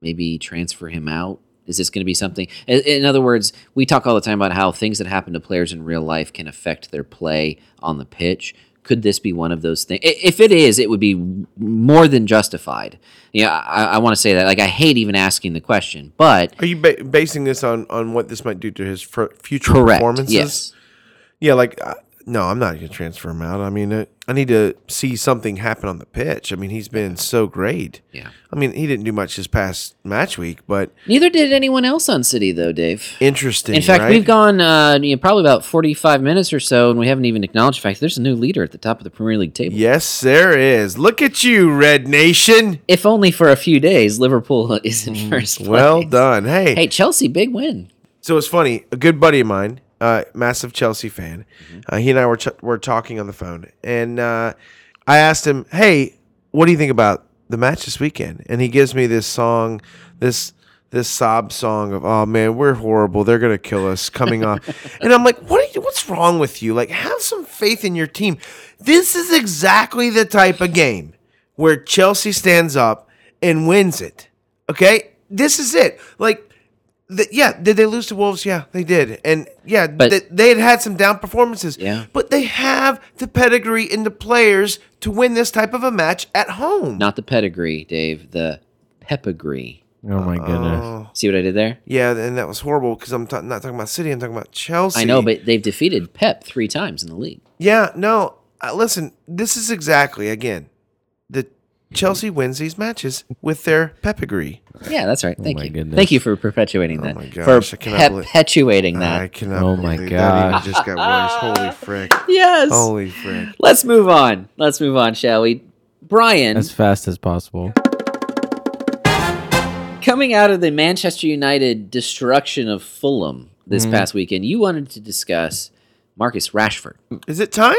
maybe transfer him out? Is this going to be something? In, in other words, we talk all the time about how things that happen to players in real life can affect their play on the pitch. Could this be one of those things? I- If it is, it would be more than justified. Yeah, I, I want to say that. Like, I hate even asking the question, but Are you ba- basing this on on what this might do to his fr- future correct. performances? Yes. Yeah, like uh, no, I'm not going to transfer him out. I mean, uh, I need to see something happen on the pitch. I mean, he's been so great. Yeah. I mean, he didn't do much this past match week, but Neither did anyone else on City, though, Dave. interesting. In fact, right? we've gone uh, you know, probably about 45 minutes or so, and we haven't even acknowledged the fact there's a new leader at the top of the Premier League table. Yes, there is. Look at you, Red Nation. If only for a few days, Liverpool is in first place. Mm, Well done. Hey, Hey, Chelsea, big win. so it's funny. A good buddy of mine, uh, massive Chelsea fan, uh, he and I were ch- were talking on the phone, and uh, I asked him, "Hey, what do you think about the match this weekend?" And he gives me this song, this this sob song of, "Oh man, we're horrible. They're gonna kill us." Coming off, and I'm like, "What? Are you, what's wrong with you? Like, have some faith in your team. This is exactly the type of game where Chelsea stands up and wins it. Okay, this is it. Like." Th yeah, did they lose to Wolves? Yeah, they did, and yeah, But- th- they had had some down performances. Yeah. but they have the pedigree and the players to win this type of a match at home. Not the pedigree, Dave, the pepigree. Oh my goodness. See what I did there? Yeah, and that was horrible because I'm ta- not talking about City. I'm talking about Chelsea. I know, but they've defeated Pep three times in the league. yeah, no. Uh, listen, this is exactly again the Chelsea wins these matches with their pedigree. Yeah, that's Oh right. Thank my you. goodness. Thank you for perpetuating that. my gosh, for I cannot believe- perpetuating that. I cannot. Oh my believe that God. even just got worse. Holy frick! Yes. Holy frick! Let's move on. Let's move on, shall we? Brian, As fast as possible. coming out of the Manchester United destruction of Fulham this Mm-hmm. past weekend, you wanted to discuss Marcus Rashford. Is it time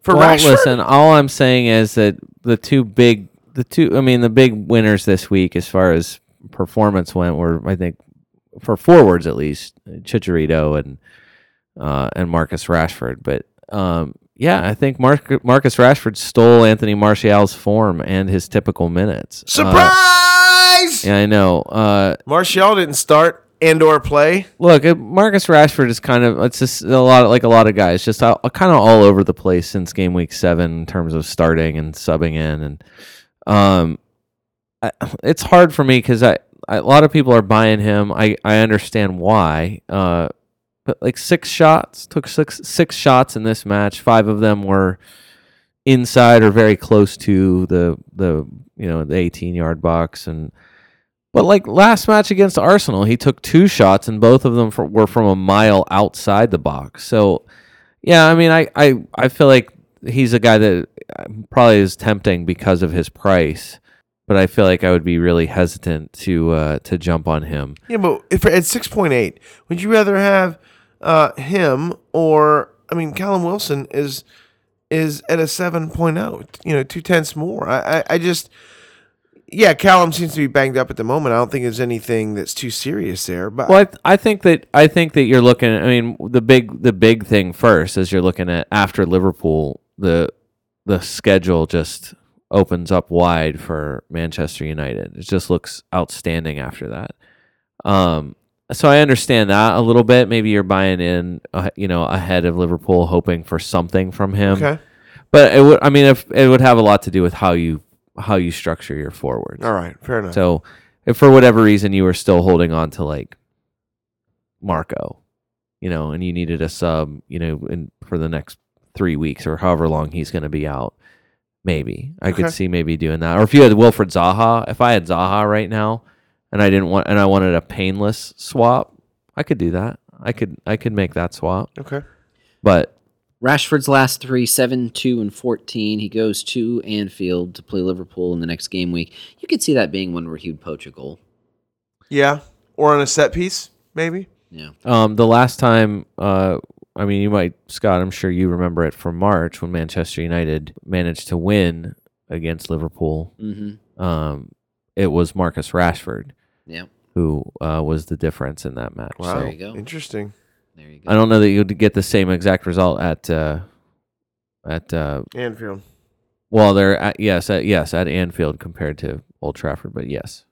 for well, Rashford? listen, all I'm saying is that the two big, the two, I mean, the big winners this week as far as performance went were, I think, for forwards at least, Chicharito and uh, and Marcus Rashford. But um, yeah, I think Marc Marcus Rashford stole Anthony Martial's form and his typical minutes. Uh, Surprise! yeah, I know. Uh, Martial didn't start and or play. look, uh, Marcus Rashford is kind of it's just a lot like a lot of guys, just all, kind of all over the place since game week seven in terms of starting and subbing in, and um, I, it's hard for me because I, I a lot of people are buying him. I I understand why. Uh, but like six shots took six six shots in this match. Five of them were inside or very close to the the you know the 18 yard box and but like last match against Arsenal, he took two shots and both of them fr were from a mile outside the box. So, yeah, I mean, I, I, I feel like he's a guy that uh, probably is tempting because of his price, but I feel like I would be really hesitant to uh, to jump on him. Yeah, but if at six point eight, would you rather have uh, him or I mean, Callum Wilson is is at a seven oh, You know, two tenths more. I, I I just yeah, Callum seems to be banged up at the moment. I don't think there's anything that's too serious there. But Well, I, th- I think that I think that you're looking. I mean, the big the big thing first is you're looking at after Liverpool, the the schedule just opens up wide for Manchester United. It just looks outstanding after that. Um, so I understand that a little bit. Maybe you're buying in, uh, you know, ahead of Liverpool, hoping for something from him. okay, But it would. I mean, if it would have a lot to do with how you how you structure your forwards. all right, fair enough. um, So, if for whatever reason you were still holding on to like Marco, you know, and you needed a sub, you know, in, for the next three weeks or however long he's going to be out, maybe I Okay. could see maybe doing that. Or if you had Wilfred Zaha, if I had Zaha right now, and I didn't want, and I wanted a painless swap, I could do that. I could, I could make that swap. okay, But Rashford's last three, 7, 2, and 14. He goes to Anfield to play Liverpool in the next game week. You could see that being one where he would poach a goal. yeah, or on a set piece maybe. Yeah. Um, the last time, uh, I mean, you might, Scott, I'm sure you remember it from March when Manchester United managed to win against Liverpool. Mm-hmm. Um, it was Marcus Rashford. Yeah. who uh, was the difference in that match. Wow. So you go. Interesting. There you I go. don't know that you'd get the same exact result at uh, at uh, Anfield. well, they're at, yes, at, yes, at Anfield compared to Old Trafford, but yes,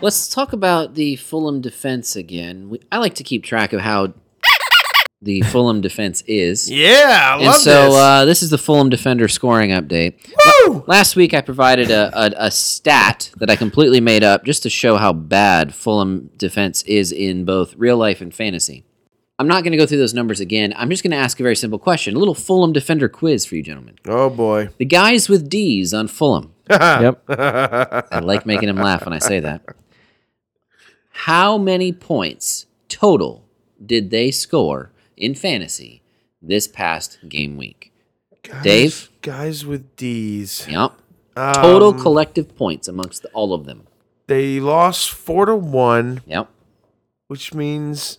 Let's talk about the Fulham defense again. We, I like to keep track of how the Fulham defense is. Yeah, I and so Uh, this is the Fulham defender scoring update. Woo! Last week, I provided a, a, a stat that I completely made up just to show how bad Fulham defense is in both real life and fantasy. I'm not going to go through those numbers again. I'm just going to ask a very simple question a little Fulham defender quiz for you, gentlemen. oh boy. The guys with D's on Fulham. Ah. yep, I like making him laugh when I say that. How many points total did they score in fantasy this past game week? Guys- Dave? Guys with D's. Yep. Total Um, collective points amongst all of them. They lost four to one, Yep. which means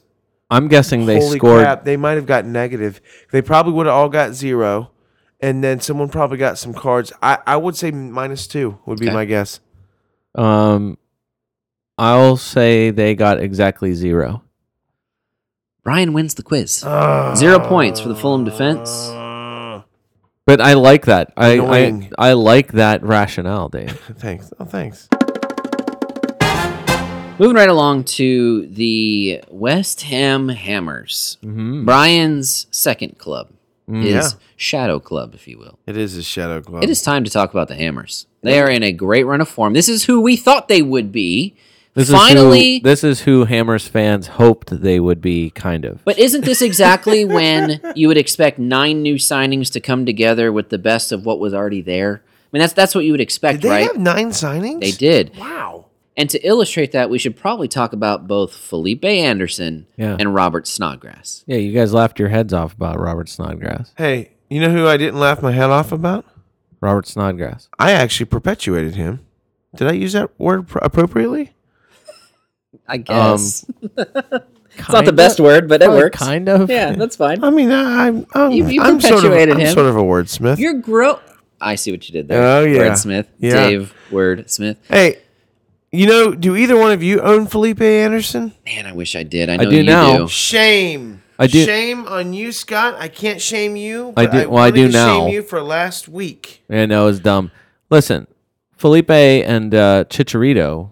I'm guessing they holy scored. crap, they might have got negative. They probably would have all got zero, and then someone probably got some cards. I, I would say minus two would be Okay. my guess. Um, I'll say they got exactly zero. Brian wins the quiz. Zero points for the Fulham defense. But I like that. I I, Annoying. I like that rationale, Dave. Thanks. Oh, thanks. Moving right along to the West Ham Hammers. Mhm. Brian's second club Mm. is Yeah. Shadow Club, if you will. It is a shadow club. It is time to talk about the Hammers. They are in a great run of form. This is who we thought they would be. This Finally, is who, this is who Hammers fans hoped they would be, kind of. but isn't this exactly when you would expect nine new signings to come together with the best of what was already there? I mean, that's that's what you would expect, Did they right? have nine signings? they did. Wow. And to illustrate that, we should probably talk about both Felipe Anderson Yeah. and Robert Snodgrass. yeah, you guys laughed your heads off about Robert Snodgrass. Hey, you know who I didn't laugh my head off about? Robert Snodgrass. I actually perpetuated him. Did I use that word pro- appropriately? I Um, guess. it's not the best word, but it works. Kind of. Yeah, that's fine. I mean, I, I'm, I'm, You- you I'm sort of, perpetuated I'm him. sort of a wordsmith. You're grow. I see what you did there. Oh, yeah. Word Smith. Yeah. Dave Word Smith. hey, you know, do either one of you own Felipe Anderson? Man, I wish I did. I know do you now. do. Shame. I do- Shame on you, Scott. I can't shame you. I but do- well, I wanted do to now. Shame you for last week. Yeah, no, it's dumb. Listen, Felipe and uh, Chicharito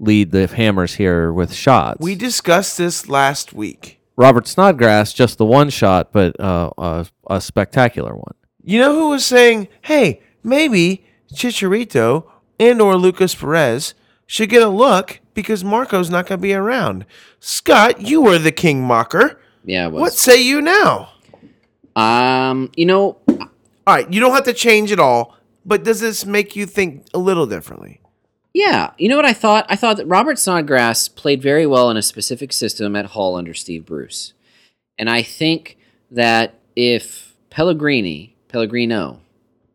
lead the Hammers here with shots. We discussed this last week. Robert Snodgrass just the one shot, but uh, a, a spectacular one. You know who was saying, "Hey, maybe Chicharito and or Lucas Perez should get a look because Marco's not going to be around." Scott, you were the king mocker. Yeah, it was. What say you now? Um, you know, All right, you don't have to change it all, but does this make you think a little differently? yeah, you know what I thought? I thought that Robert Snodgrass played very well in a specific system at Hull under Steve Bruce. And I think that if Pellegrini, Pellegrino,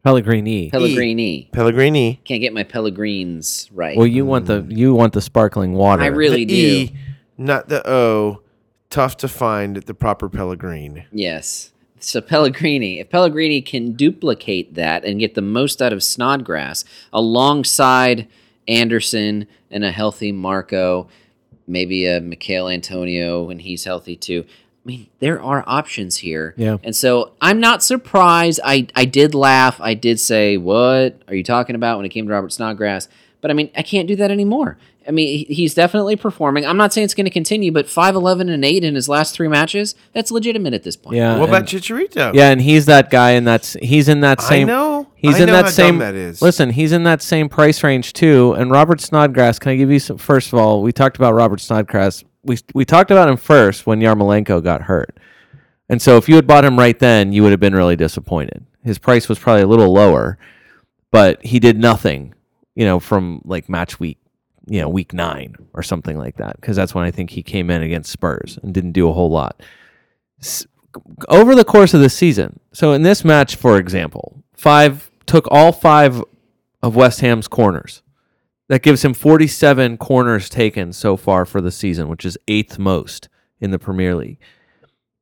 Pellegrini. Pellegrini, Pellegrini. can't get my Pellegrines right. well, you want the you want the sparkling water. I really do. the E, not the O. Tough to find the proper Pellegrini. Yes. So Pellegrini, if Pellegrini can duplicate that and get the most out of Snodgrass alongside Anderson and a healthy Marco, maybe a Mikhail Antonio when he's healthy too. I mean, there are options here. Yeah. And so I'm not surprised. I, I did laugh. I did say, What are you talking about when it came to Robert Snodgrass? But I mean, I can't do that anymore. I mean, he- he's definitely performing. I'm not saying it's going to continue, but 5 11 and 8 in his last three matches, that's legitimate at this point. Yeah. What about Uh, and- Chicharito? Yeah, and he's that guy in that s- he's in that I same know. He's I in know that how dumb same that is. Listen, he's in that same price range too. And Robert Snodgrass, can I give you some first of all, we talked about Robert Snodgrass. We we talked about him first when Yarmolenko got hurt. And so if you had bought him right then, you would have been really disappointed. His price was probably a little lower, but he did nothing, you know, from like match week, you know, week 9 or something like that because that's when I think he came in against Spurs and didn't do a whole lot over the course of the season. So in this match, for example, five took all five of West Ham's corners. That gives him 47 corners taken so far for the season, which is eighth most in the Premier League.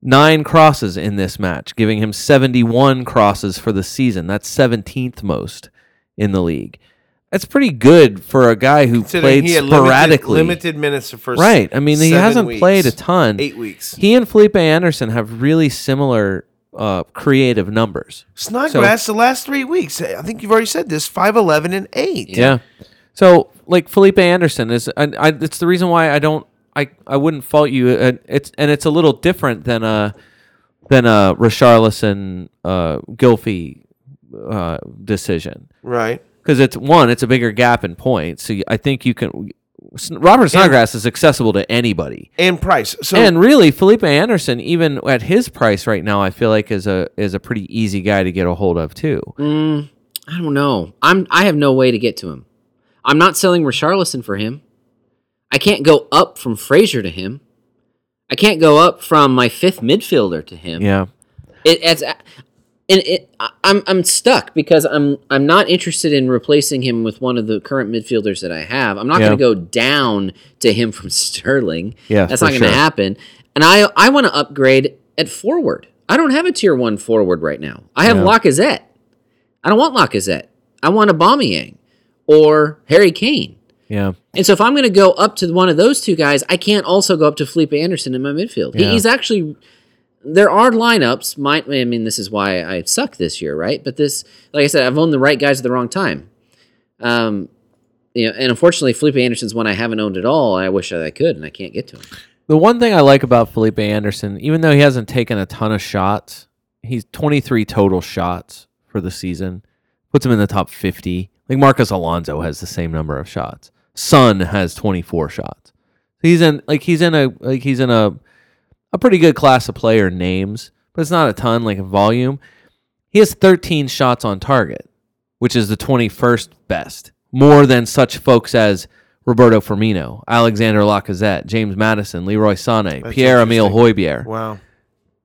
Nine crosses in this match, giving him 71 crosses for the season. That's 17th most in the league. That's pretty good for a guy who Considering played he had sporadically. limited, limited minutes the first. right. I mean, he seven hasn't weeks. played a ton. Eight weeks. He and Felipe Anderson have really similar uh, creative numbers. Snodgrass, the last three weeks. I think you've already said this: five, eleven, and eight. Yeah. So like Felipe Anderson is, and I, it's the reason why I don't, I, I wouldn't fault you. And it's and it's a little different than a than a Richarlison uh, Gilfy uh, decision Right. because it's one, it's a bigger gap in points. So you- I think you can. Sn- Robert Snodgrass is accessible to anybody, And price. So and really Felipe Anderson, even at his price right now, I feel like is a is a pretty easy guy to get a hold of too. I don't know. I'm I have no way to get to him. I'm not selling Richarlison for him. I can't go up from Frazier to him. I can't go up from my fifth midfielder to him. Yeah, It, it's uh, and it I- I'm I'm stuck because I'm I'm not interested in replacing him with one of the current midfielders that I have. I'm not Yeah. going to go down to him from Sterling. Yeah, that's for not going to sure. happen. And I I want to upgrade at forward. I don't have a tier one forward right now. I have Lacazette. I don't want Lacazette. I want Aubameyang or Harry Kane. yeah. And so if I'm going to go up to one of those two guys, I can't also go up to Felipe Anderson in my midfield. He- Yeah. He's actually there are lineups. My, I mean, this is why I suck this year, right? But this, like I said, I've owned the right guys at the wrong time. Um, you know, and unfortunately, Felipe Anderson's one I haven't owned at all. And I wish that I could, and I can't get to him. The one thing I like about Felipe Anderson, even though he hasn't taken a ton of shots, he's 23 total shots for the season, puts him in the top 50. Like Marcus Alonso has the same number of shots. Son has 24 shots. He's in like he's in a like he's in a a pretty good class of player names, but it's not a ton like in volume. He has 13 shots on target, which is the 21st best, more than such folks as Roberto Firmino, Alexander Lacazette, James Madison, Leroy Sané, Pierre Emile Hoybier. wow.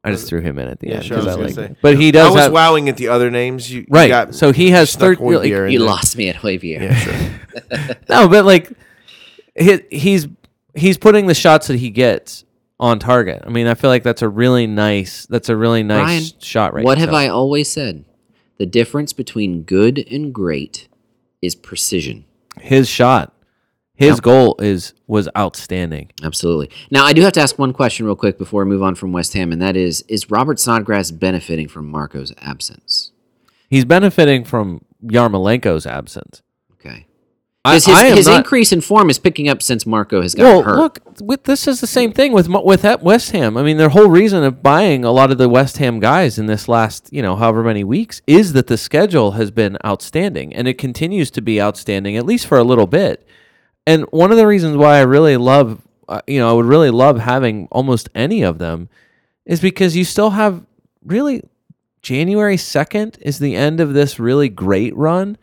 I just threw him in at the end sure, I because was I gonna like. say. But he I does was have wowing at the other names. You, you right. got- so he has snuck thirty. one here Like, and You then- lost me at Javier. no, but like he, he's he's putting the shots that he gets on target. I mean, I feel like that's a really nice. That's a really nice Ryan, shot right. what have so- I always said? The difference between good and great is precision. His shot, his goal is was outstanding. Absolutely. Now, I do have to ask one question real quick before we move on from West Ham, and that is Is Robert Snodgrass benefiting from Marco's absence? He's benefiting from Yarmolenko's absence. Okay. I- Because his, I am his not- increase in form is picking up since Marco has gotten Well, hurt. look, with, this is the same thing with Mo- with at West Ham. I mean, their whole reason of buying a lot of the West Ham guys in this last, you know, however many weeks is that the schedule has been outstanding and it continues to be outstanding at least for a little bit. And one of the reasons why I really love, uh, you know, I would really love having almost any of them is because you still have really January 2nd is the end of this really great run.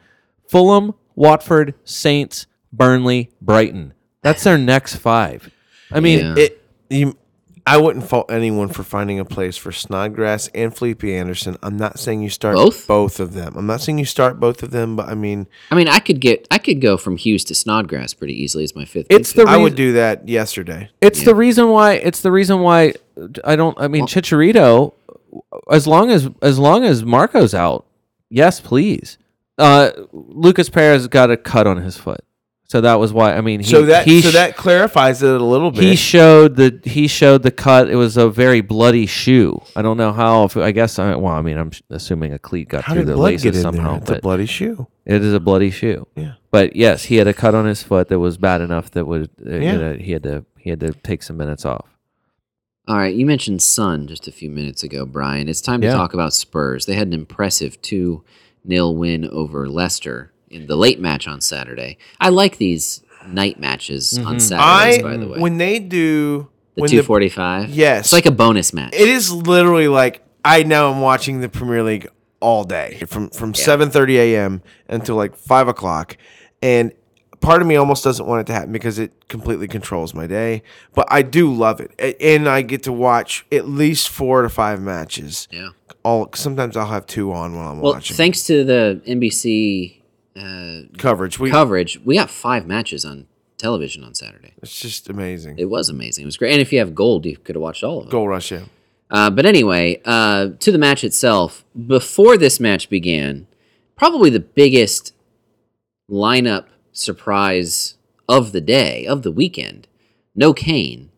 Fulham, Watford, Saints, Burnley, Brighton. That's their next five. I mean, Yeah. It. You, I wouldn't fault anyone for finding a place for Snodgrass and Felipe Anderson. I'm not saying you start Both? of them. I'm not saying you start both of them, but I mean, I mean, I could get I could go from Hughes to Snodgrass pretty easily as my fifth. it's midfielder. the I reas- would do that yesterday. It's the reason why. It's the reason why I don't. I mean, Chicharito. As long as as long as Marco's out, yes, please. Uh, Lucas Perez got a cut on his foot, so that was why. I mean, he, so that he so sh- that clarifies it a little bit. he showed the he showed the cut. It was a very bloody shoe. I don't know how. If I guess I well, I mean, I'm assuming a cleat got How through did the blood laces get in somehow. there? It's a but bloody shoe. it is a bloody shoe. Yeah. But yes, he had a cut on his foot that was bad enough that would uh, you Yeah. know, he had to he had to take some minutes off. All right, you mentioned Sun just a few minutes ago, Brian. It's time to Yeah. talk about Spurs. They had an impressive 2 0 win over Leicester in the late match on Saturday. I like these night matches Mm-hmm. on Saturdays, I by the way. when they do the when 245? Yes. It's like a bonus match. it is literally like I now am watching the Premier League all day from from seven thirty a.m. until like five o'clock, and part of me almost doesn't want it to happen because it completely controls my day. But I do love it, A- and I get to watch at least four to five matches. Yeah. All sometimes I'll have two on while I'm Well, watching thanks to the NBC uh, coverage. We coverage, we got five matches on television on Saturday. it's just amazing. It was amazing. It was great. And if you have gold, you could have watched all of them. Goal rush in. Uh, but anyway, uh, to the match itself. Before this match began, probably the biggest lineup surprise of the day of the weekend. No Kane,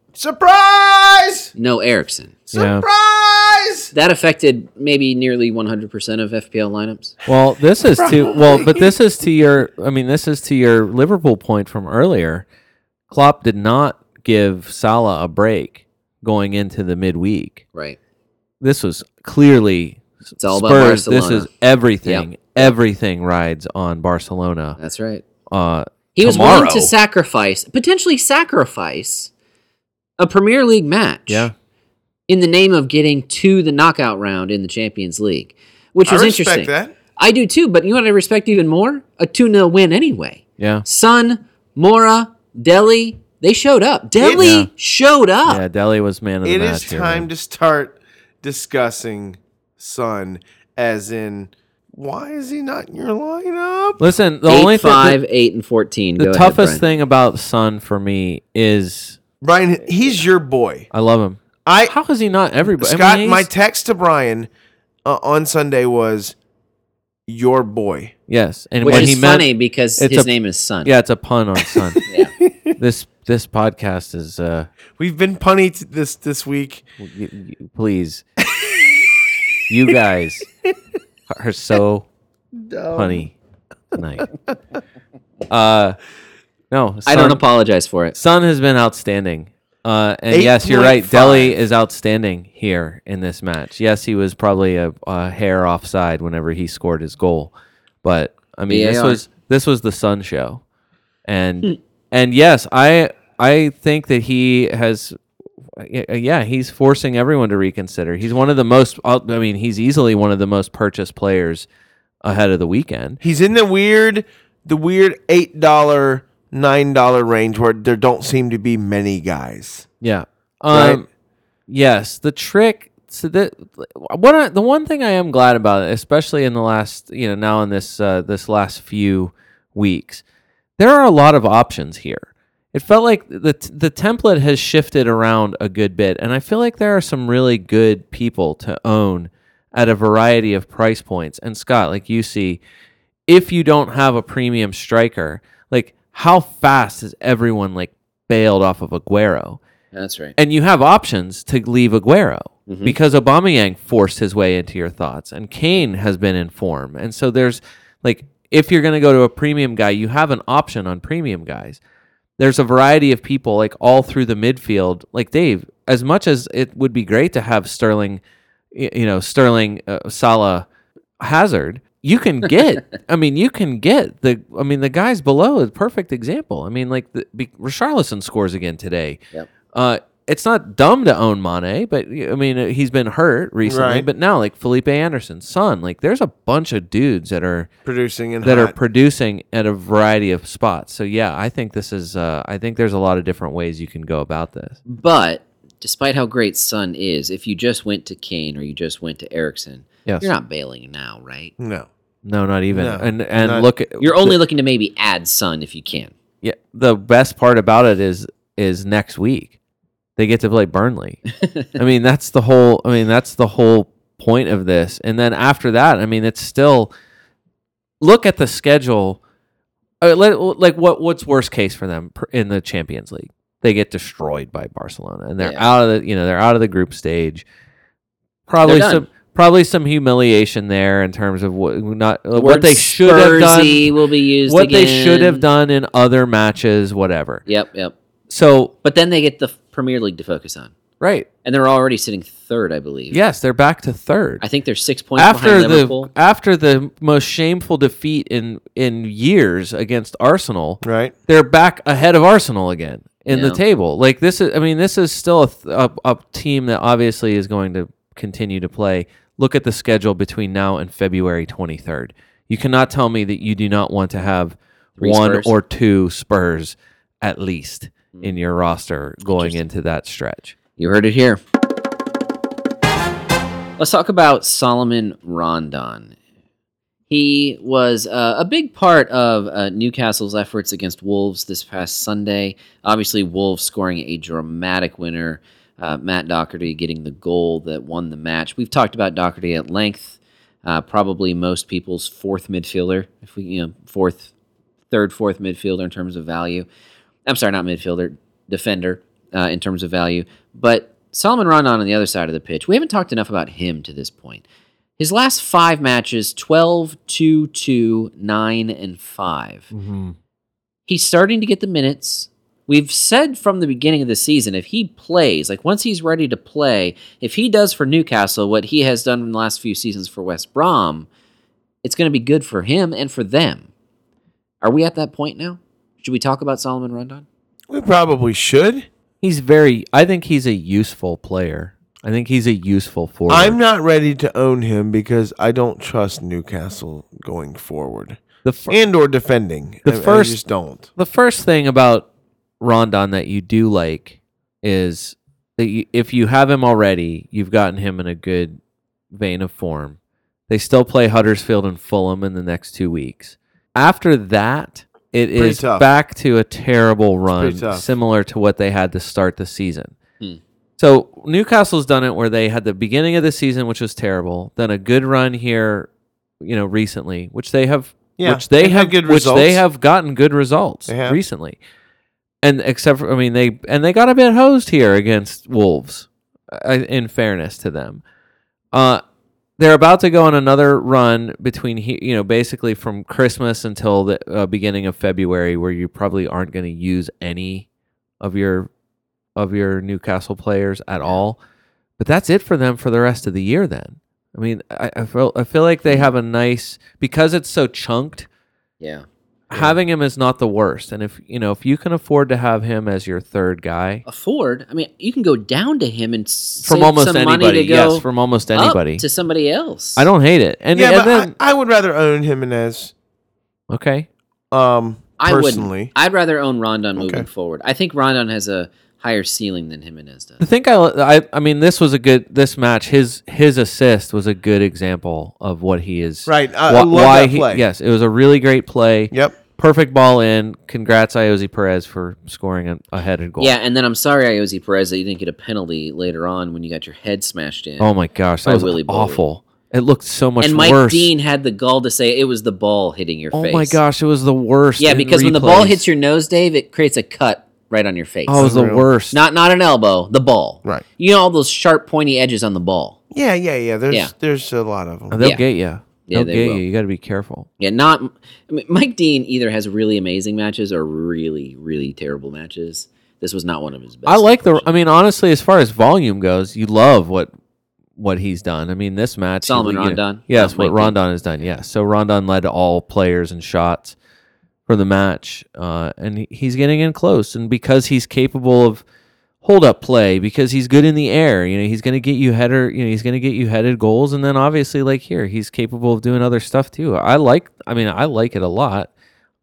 Surprise! no Erickson. Yeah. Surprise! That affected maybe nearly 100% of FPL lineups. Well, this is to well, but this is to your. I mean, this is to your Liverpool point from earlier. Klopp did not give Salah a break going into the midweek. Right. This was clearly It's all about Spurs. Barcelona. This is everything. Everything rides on Barcelona. That's right. Uh, He was tomorrow. willing to sacrifice, potentially sacrifice, a Premier League match. Yeah. In the name of getting to the knockout round in the Champions League, which was I respect interesting. that. I do too, but you know what I respect even more? A 2 0 win anyway. Yeah. Sun, Mora, Delhi, they showed up. Delhi Yeah. showed up. Yeah, Delhi was man of the It match. is here, time man. to start discussing Son as in why is he not in your lineup? Listen, the eight, only thing, five, the, eight, and fourteen. the Go ahead, toughest Brent. thing about Son for me is Brian, he's your boy. I love him. I How is he not everybody? I mean, Scott, he's- my text to Brian uh, on Sunday was your boy. yes, and which when is he meant, funny because it's his a- name is Sun. Yeah, it's a pun on son. This this podcast is uh We've been punny t- this this week. y- y- please you guys are so funny tonight. Uh no, I don't Son- apologize for it. Son has been outstanding. Uh, and yes, you're right. 8.5. Delhi is outstanding here in this match. Yes, he was probably a, a hair offside whenever he scored his goal, but I mean, this VAR. was this was the Sun show, and and yes, I I think that he has. Yeah, he's forcing everyone to reconsider. He's one of the most. uh, I mean, he's easily one of the most purchased players ahead of the weekend. He's in the weird, the weird eight dollar, nine dollar range where there don't seem to be many guys. Yeah. Right? Um, Yes, the trick. So the what I, the one thing I am glad about, especially in the last you know now in this uh, this last few weeks, there are a lot of options here. It felt like the the template has shifted around a good bit, and I feel like there are some really good people to own at a variety of price points. And Scott, like you see, if you don't have a premium striker, like how fast has everyone like bailed off of Aguero? That's right. and you have options to leave Aguero because Aubameyang forced his way into your thoughts, and Kane has been in form, and so there's like if you're going to go to a premium guy, you have an option on premium guys. There's a variety of people like all through the midfield. Like Dave, as much as it would be great to have Sterling, y- you know Sterling, uh, Salah, Hazard, you can get. I mean, you can get the. I mean, the guys below is a perfect example. I mean, like the, be, Richarlison scores again today. Yep. Uh, it's not dumb to own Mane, but I mean, uh, he's been hurt recently. Right. But now, like Felipe Anderson, son, like there's a bunch of dudes that are Producing and that are hot. producing at a variety of spots. So yeah, I think this is. Uh, I think there's a lot of different ways you can go about this. But despite how great Sun is, if you just went to Kane or you just went to Erickson, Yes. you're not bailing now, right? no. No, not even. No, and and not- look, at- You're only looking to maybe add Sun if you can. Yeah, the best part about it is is next week they get to play Burnley. I mean, that's the whole. I mean, that's the whole point of this. And then after that, I mean, it's still look at the schedule. Uh, let- like what what's worst case for them per- in the Champions League? They get destroyed by Barcelona, and they're Yeah. out of the you know they're out of the group stage. Probably done. some probably some humiliation there in terms of what not what they should have done Spursy will be used. what they should again. have done in other matches, whatever. Yep, yep. So, But then they get the Premier League to focus on, right. and they're already sitting third, I believe. Yes, they're back to third. I think they're six points after behind the Liverpool. after the most shameful defeat in in years against Arsenal, Right. they're back ahead of Arsenal again in Yeah. the table. Like this is I mean, this is still a, th- a, a team that obviously is going to continue to play. Look at the schedule between now and February 23rd. You cannot tell me that you do not want to have Three one Spurs. Hmm. or two Spurs at least in your roster going into that stretch. You heard it here. Let's talk about Solomon Rondon. He was uh, a big part of uh, Newcastle's efforts against Wolves this past Sunday. Obviously, Wolves scoring a dramatic winner. Uh, Matt Doherty getting the goal that won the match. We've talked about Doherty at length. Uh, probably most people's fourth midfielder, if we you know fourth, third, fourth midfielder in terms of value. I'm sorry, not midfielder, defender uh, in terms of value. But Solomon Rondon on the other side of the pitch, we haven't talked enough about him to this point. His last five matches 12, 2, 2, 9, and 5. He's starting to get the minutes. We've said from the beginning of the season if he plays, like once he's ready to play, if he does for Newcastle what he has done in the last few seasons for West Brom, it's going to be good for him and for them. Are we at that point now? Should we talk about Solomon Rondon? We probably should. He's very. I think he's a useful player. I think he's a useful forward. I'm not ready to own him because I don't trust Newcastle going forward the fir- and or defending. The I- I first- just don't. the first thing about Rondon that you do like is that you, if you have him already, you've gotten him in a good vein of form. They still play Huddersfield and Fulham in the next two weeks. After that, it is Pretty tough. back to a terrible run, pretty tough. similar to what they had to start the season. So Newcastle's done it where they had the beginning of the season, which was terrible, then a good run here, you know, recently, which they have, Yeah, which they they've had have, good which they results. have gotten good results They have. recently. And except for, I mean, they and they got a bit hosed here against Wolves. I, in fairness to them, uh, they're about to go on another run between he, you know basically from Christmas until the uh, beginning of February, where you probably aren't going to use any of your of your Newcastle players at all. But that's it for them for the rest of the year. Then I mean, I, I feel I feel like they have a nice because it's so chunked. Yeah. Having him is not the worst, and if you know if you can afford to have him as your third guy Afford? I mean, you can go down to him and s- Uh, from save almost some anybody, money to go yes, from almost up anybody, to somebody else. I don't hate it. And, yeah, and but then I, I would rather own Jimenez. okay, Um, I personally, wouldn't. I'd rather own Rondon moving Okay. forward. I think Rondon has a higher ceiling than Jimenez I does. think I, I I mean this was a good this match his his assist was a good example of what he is Right, I- I wh- love that he- play. yes it was a really great play Yep. perfect ball in congrats Iosi Perez for scoring a, a headed goal Yeah, and then I'm sorry, Iosi Perez, that you didn't get a penalty later on when you got your head smashed in. oh my gosh By that was Willy Bowler. awful it looked so much and Mike worse Dean had the gall to say it was the ball hitting your oh face. my gosh it was the worst Yeah, in because when the ball replays. hits your nose, Dave, it creates a cut right on your face. oh it was the Unreal. worst not not an elbow, the ball. Right. You know all those sharp, pointy edges on the ball. yeah, yeah, yeah. There's Yeah. there's a lot of them. Oh, they'll Yeah. get you Yeah, they'll they get will. you you got to be careful Yeah, not I mean, Mike Dean either has really amazing matches or really, really terrible matches. This was not one of his best. I like the. I mean, honestly, as far as volume goes, you love what what he's done. I mean, this match, Solomon you know, Rondon? yes, Yeah, what Mike did. Rondon has done. Yes, so Rondon led all players in shots for the match, uh, and he- he's getting in close. And because he's capable of hold up play, because he's good in the air, you know, he's going to get you header. You know, he's going to get you headed goals, and then obviously, like here, he's capable of doing other stuff too. I like. I mean, I like it a lot.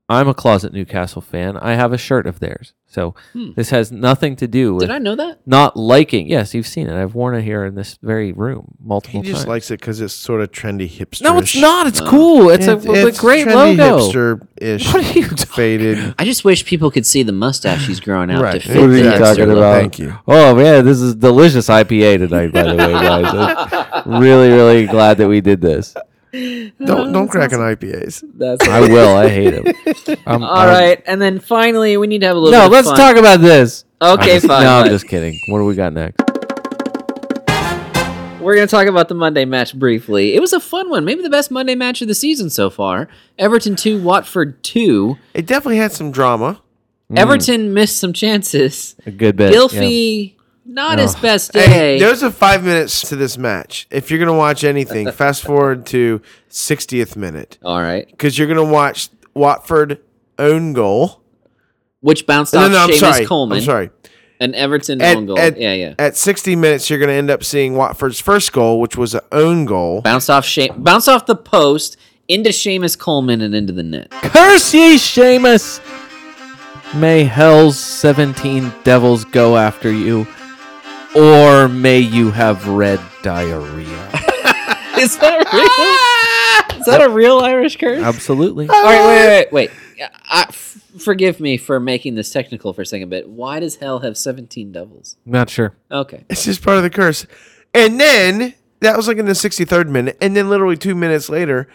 I'm a closet Newcastle fan. I have a shirt of theirs. So this has nothing to do with Hmm. Did I know that? not liking. Yes, you've seen it. I've worn it here in this very room He multiple just times. likes it because it's sort of trendy hipster. no, it's not. Uh, It's cool. It's, a, it's a great logo. Hipster ish. What are you talking- faded? I just wish people could see the mustache he's growing out to Right. fit What are the you hipster talking look. about? Thank you. Oh man, this is delicious IPA tonight. By the way, guys, I'm really, really glad that we did this. Don't don't crack on IPAs. That's I will. I hate him. I'm, all right. And then finally, we need to have a little. Um, No, bit of let's fun. talk about this. Okay, I'm just- fine, No, I'm fine. just kidding. What do we got next? We're going to talk about the Monday match briefly. It was a fun one, maybe the best Monday match of the season so far. Everton two, Watford two. It definitely had some drama. Hmm. Everton missed some chances. Mm, A good bit. yeah. Gilfy, not his best day. Hey, there's a five minutes to this match. If you're gonna watch anything, fast forward to 60th minute All right, because you're gonna watch Watford own goal. which bounced No, off no, I'm Seamus sorry. Coleman, I'm sorry. an Everton At, own goal. at- yeah, yeah. At 60 minutes, you're gonna end up seeing Watford's first goal, which was an own goal. Bounced off she- bounced off the post into Seamus Coleman and into the net. Curse ye, Seamus! May hell's 17 devils go after you, or may you have red diarrhea. Is that real? Is that a real Irish curse? Absolutely. All right, wait, wait, wait. wait. I, f- forgive me for making this technical for a second, but why does hell have seventeen doubles? Not sure. Okay. It's just part of the curse. And then that was like in the 63rd minute, and then literally two minutes later,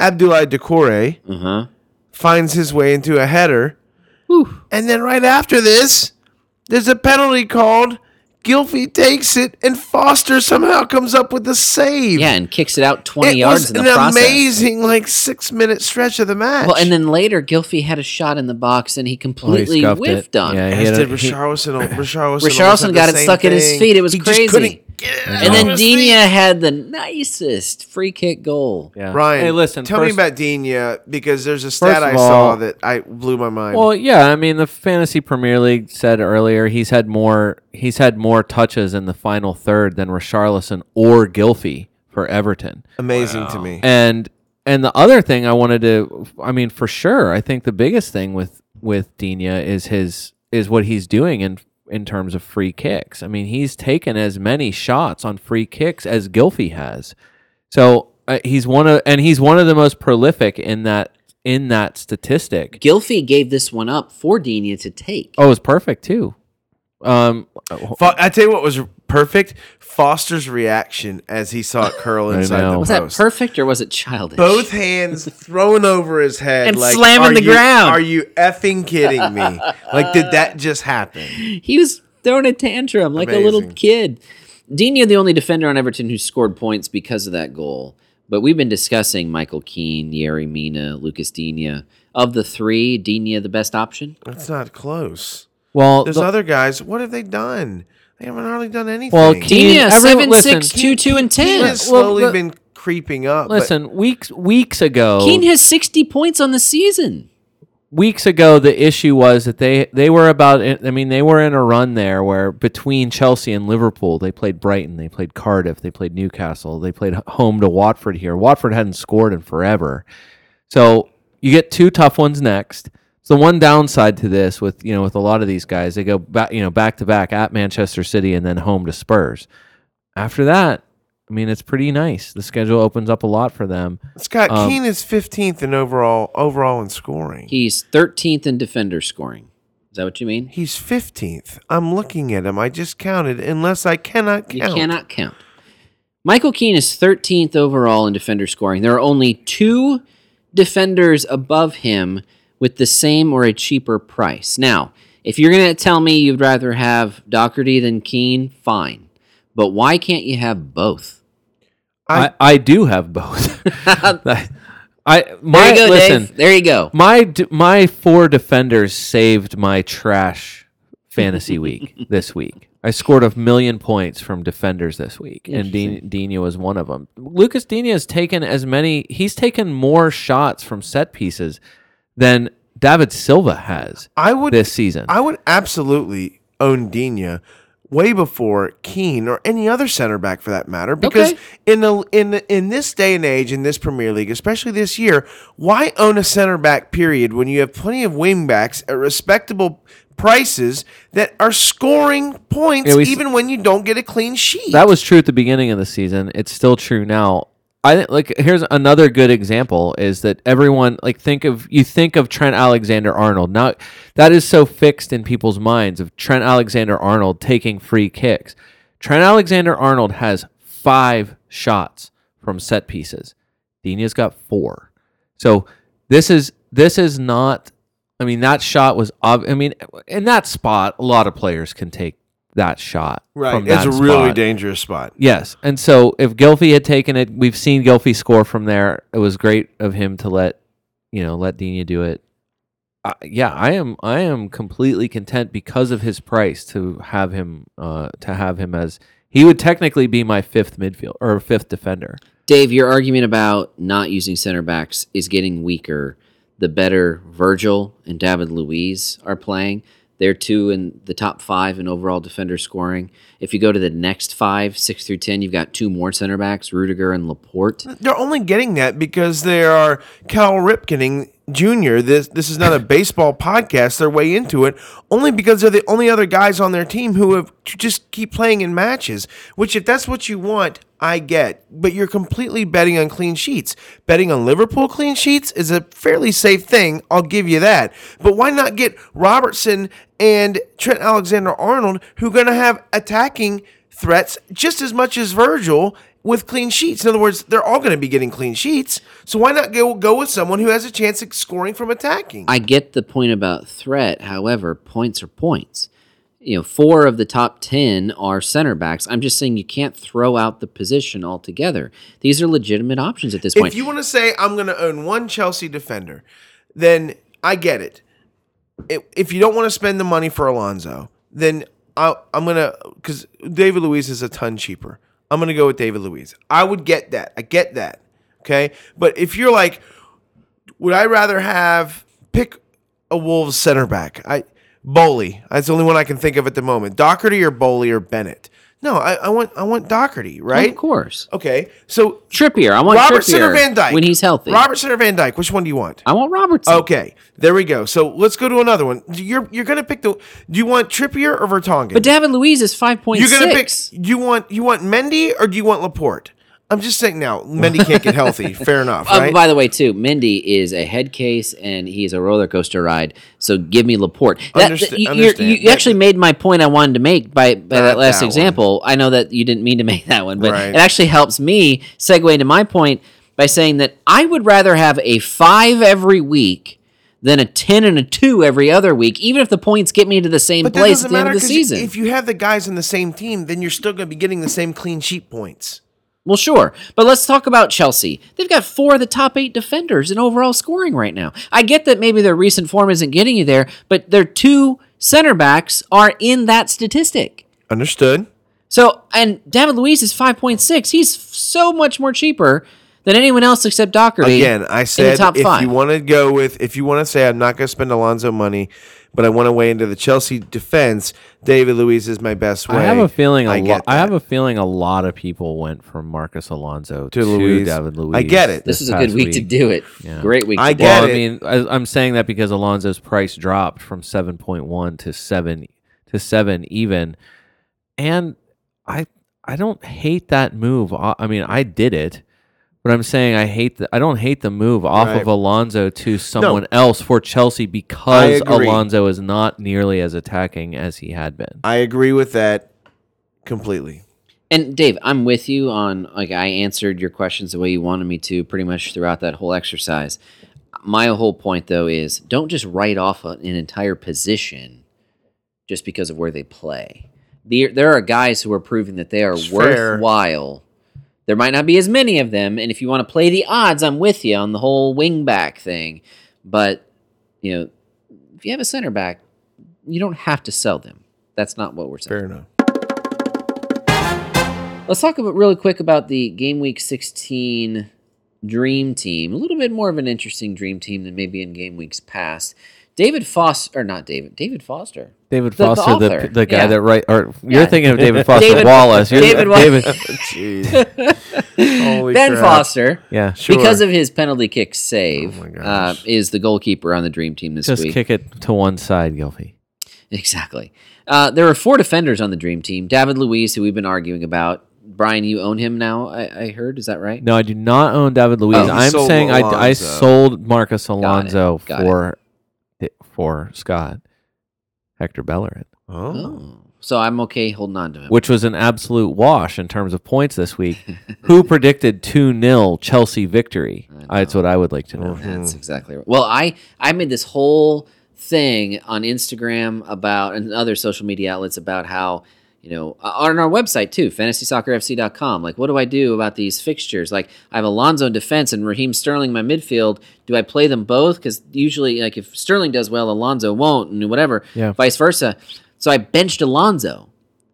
Abdoulaye Decore Uh huh. finds his way into a header. And then right after this, there's a penalty called. Gilfy takes it, and Foster somehow comes up with the save. Yeah, and kicks it out 20 it yards was in the an process. amazing like six minute stretch of the match. Oh, Well, and then later, Gilfy had a shot in the box and he completely scuffed it. whiffed on. Yeah, it. he as had a- did he- Richarlison. He, Richarlison, Richarlison got it stuck at his feet. It was crazy. And then Dina had the nicest free kick goal. yeah. Ryan, Hey, listen. Tell first- me about Dina because there's a stat First I of saw all- that I blew my mind. Well, yeah, I mean the fantasy Premier League said earlier he's had more he's had more touches in the final third than Richarlison or Gilfy for Everton. Amazing to me. And and the other thing I wanted to I mean for sure, I think the biggest thing with with Dina is his is what he's doing in in terms of free kicks. I mean, he's taken as many shots on free kicks as Gilfy has. So, uh, he's one of and he's one of the most prolific in that in that statistic. Gilfy gave this one up for Dina to take. Oh, it was perfect too. Um, Fo- I tell you what was perfect: Foster's reaction as he saw it curl I inside the know. was post. that perfect or was it childish? Both hands thrown over his head And like, slamming "Are the you- ground." Are you effing kidding me? like, did that just happen? He was throwing a tantrum like a little Amazing. kid. Dina, the only defender on Everton who scored points because of that goal. But we've been discussing Michael Keane, Yeri Mina, Lucas Dina. Of the three, Dina the best option. That's not close. well, There's the- other guys. What have they done? They haven't hardly done anything. Well, Keane- Dina, every- seven, listen, six, two, two, and Keane ten. has Well, slowly le- been creeping up. but- listen, weeks weeks ago, Keane has sixty points on the season. weeks ago, the issue was that they they were about. I mean, they were in a run there where between Chelsea and Liverpool, they played Brighton, they played Cardiff, they played Newcastle, they played home to Watford here. Watford hadn't scored in forever, so you get two tough ones next. So the one downside to this, with you know, with a lot of these guys, they go back, you know, back to back at Manchester City and then home to Spurs. After that, I mean, it's pretty nice. The schedule opens up a lot for them. Scott um, Keane is 15th in overall overall in scoring. He's thirteenth in defender scoring. Is that what you mean? He's 15th. I'm looking at him. I just counted, unless I cannot count. You cannot count. Michael Keane is 13th overall in defender scoring. There are only two defenders above him with the same or a cheaper price. Now, if you're going to tell me you'd rather have Doherty than Keane, fine. But why can't you have both? I, I- I, do have both. I There my you go, listen. Dave. There you go. My d- my four defenders saved my trash fantasy week this week. I scored a million points from defenders this week, and Dean- Dina was one of them. Lucas Dina has taken as many. He's taken more shots from set pieces than David Silva has I would this season. I would absolutely own Dina way before Keane or any other center back for that matter because Okay. in the in the, in this day and age in this Premier League especially this year why own a center back period when you have plenty of wing backs at respectable prices that are scoring points Yeah, we s- even when you don't get a clean sheet That was true at the beginning of the season. It's still true now. I think like here's another good example is that everyone like think of you think of Trent Alexander Arnold. Now that is so fixed in people's minds of Trent Alexander Arnold taking free kicks. Trent Alexander Arnold has five shots from set pieces. Dina's got four. So this is this is not. I mean, that shot was. Ob- I mean, in that spot, a lot of players can take that shot. from it's a that really spot. dangerous spot Yes, and so if Gilfy had taken it, we've seen Gilfy score from there. It was great of him to let you know let Dina do it. Uh, yeah, I am. I am completely content because of his price to have him. Uh, to have him as he would technically be my fifth midfield or fifth defender. Dave, your argument about not using center backs is getting weaker. The better Virgil and David Luiz are playing. They're two in the top five in overall defender scoring. If you go to the next five, six through 10, you've got two more center backs, Rudiger and Laporte. They're only getting that because they are Cal Ripkening Jr. This this is not a baseball podcast. They're way into it only because they're the only other guys on their team who have to just keep playing in matches. Which, if that's what you want, I get. But you're completely betting on clean sheets. Betting on Liverpool clean sheets is a fairly safe thing. I'll give you that. But why not get Robertson and Trent Alexander Arnold, who are going to have attacking threats just as much as Virgil with clean sheets. In other words, they're all going to be getting clean sheets. So why not go go with someone who has a chance at scoring from attacking? I get the point about threat. However, points are points. You know, four of the top 10 are center backs. I'm just saying you can't throw out the position altogether. These are legitimate options at this point. If you want to say I'm going to own one Chelsea defender, then I get it. I- If you don't want to spend the money for Alonso, then I, I'm going to because David Luiz is a ton cheaper. I'm going to go with David Luiz. I would get that. I get that. Okay, but if you're like, would I rather have pick a Wolves center back? I Bowley. That's the only one I can think of at the moment. Doherty or Bowley or Bennett. No, I, I want I want Doherty, of right? course. Okay, so Trippier. I want Robertson Trippier or Van Dyke Oh. when he's healthy. Robertson or Van Dyke? Which one do you want? I want Robertson. Okay, there we go. So let's go to another one. You're you're gonna pick the. Do you want Trippier or Vertonghen? But David Luiz is 5.6. you're gonna pick. You want you want Mendy or do you want Laporte? I'm just saying now. Mendy can't get healthy. Fair enough, Oh, right? by the way, too, Mendy is a head case and he's a roller coaster ride. So give me Laporte. That, Understa- that- you- you're- understand. you you actually made my point I wanted to make by, by that last that one. example. I know that you didn't mean to make that one, but Right. it actually helps me segue into my point by saying that I would rather have a five every week than a 10 and a two every other week, even if the points get me to the same that place at the end of the 'cause season. If you have the guys in the same team, then you're still gonna be getting the same clean sheet points. Well, sure. But let's talk about Chelsea. They've got four of the top eight defenders in overall scoring right now. I get that maybe their recent form isn't getting you there, but their two center backs are in that statistic. Understood. So, and David Luiz is 5.6. He's so much more cheaper than anyone else except Dockery. Again, I said top if five. you want to go with, if you want to say I'm not going to spend Alonso money, but I want to weigh into the Chelsea defense, David Luiz is my best way. I have a feeling. A lot. get I that. have a feeling a lot of people went from Marcus Alonso to, Luiz. David Luiz. I get it. This is a good past week, to do it. Great week. To I do get it. Well, I mean, I, I'm saying that because Alonso's price dropped from 7.1 to seven to seven even, and I I don't hate that move. I, I mean, I did it, but I'm saying I hate the, I don't hate the move off Right. of Alonso to someone else for Chelsea I because agree. Alonso is not nearly as attacking as he had been. I agree with that completely. And Dave, I'm with you on like I answered your questions the way you wanted me to pretty much throughout that whole exercise. My whole point though is don't just write off a- an entire position just because of where they play. There, there are guys who are proving that they are It's fair. worthwhile. There might not be as many of them, and if you want to play the odds, I'm with you on the whole wing back thing. But you know, if you have a center back, you don't have to sell them. That's not what we're saying. Fair enough. Let's talk about really quick about the game week 16 dream team. A little bit more of an interesting dream team than maybe in game weeks past. David Foster, or not David, David Foster. David The- the Foster, the, author. the, guy Yeah. that write, or you're Yeah. thinking of David Foster David- Wallace. You're- David Wa- Holy ben crap. Foster, yeah, because of his penalty kick save, uh, is the goalkeeper on the dream team this just week. kick it to one side, Gilfy. Exactly. Uh, there are four defenders on the dream team. David Luiz, who we've been arguing about. Brian, you own him now, I, I heard. Is that right? No, I do not own David Luiz. Oh, you I'm sold saying I, I Alonso. sold Marcus Alonso Got it. for for Scott Hector Bellerin, Oh. Oh. So I'm okay holding on to him. which was an absolute wash in terms of points this week. Who predicted 2 0 Chelsea victory? That's what I would like to know. That's exactly right. Well, I I made this whole thing on Instagram about and other social media outlets about how you know uh, on our website too, fantasysoccerfc.com. Like, what do I do about these fixtures? Like, I have Alonzo in defense and Raheem Sterling in my midfield. Do I play them both? Because usually, like, if Sterling does well, Alonzo won't, and whatever, Yeah. vice versa. So I benched Alonzo,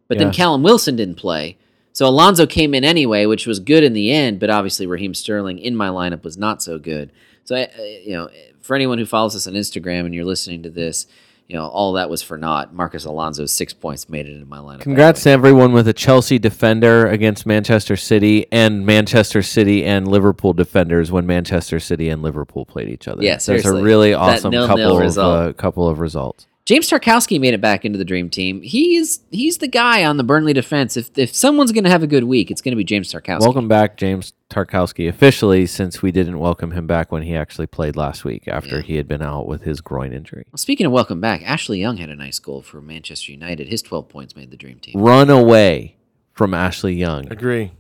but Yeah. then Callum Wilson didn't play. So Alonzo came in anyway, which was good in the end, but obviously Raheem Sterling in my lineup was not so good. So I, I- you know, for anyone who follows us on Instagram and you're listening to this, you know, all that was for naught. Marcus Alonso's six points made it in my lineup. Congrats to everyone with a Chelsea defender against Manchester City and Manchester City and Liverpool defenders when Manchester City and Liverpool played each other. Yeah, so it's a seriously. really That awesome nil-nil couple of, result. uh, couple of results. James Tarkowski made it back into the dream team. He's he's the guy on the Burnley defense. If if someone's going to have a good week, it's going to be James Tarkowski. Welcome back, James Tarkowski, officially, since we didn't welcome him back when he actually played last week after he had been out with his groin injury. Speaking of welcome back, Ashley Young had a nice goal for Manchester United. His 12 points made the dream team. Run away from Ashley Young. Agree.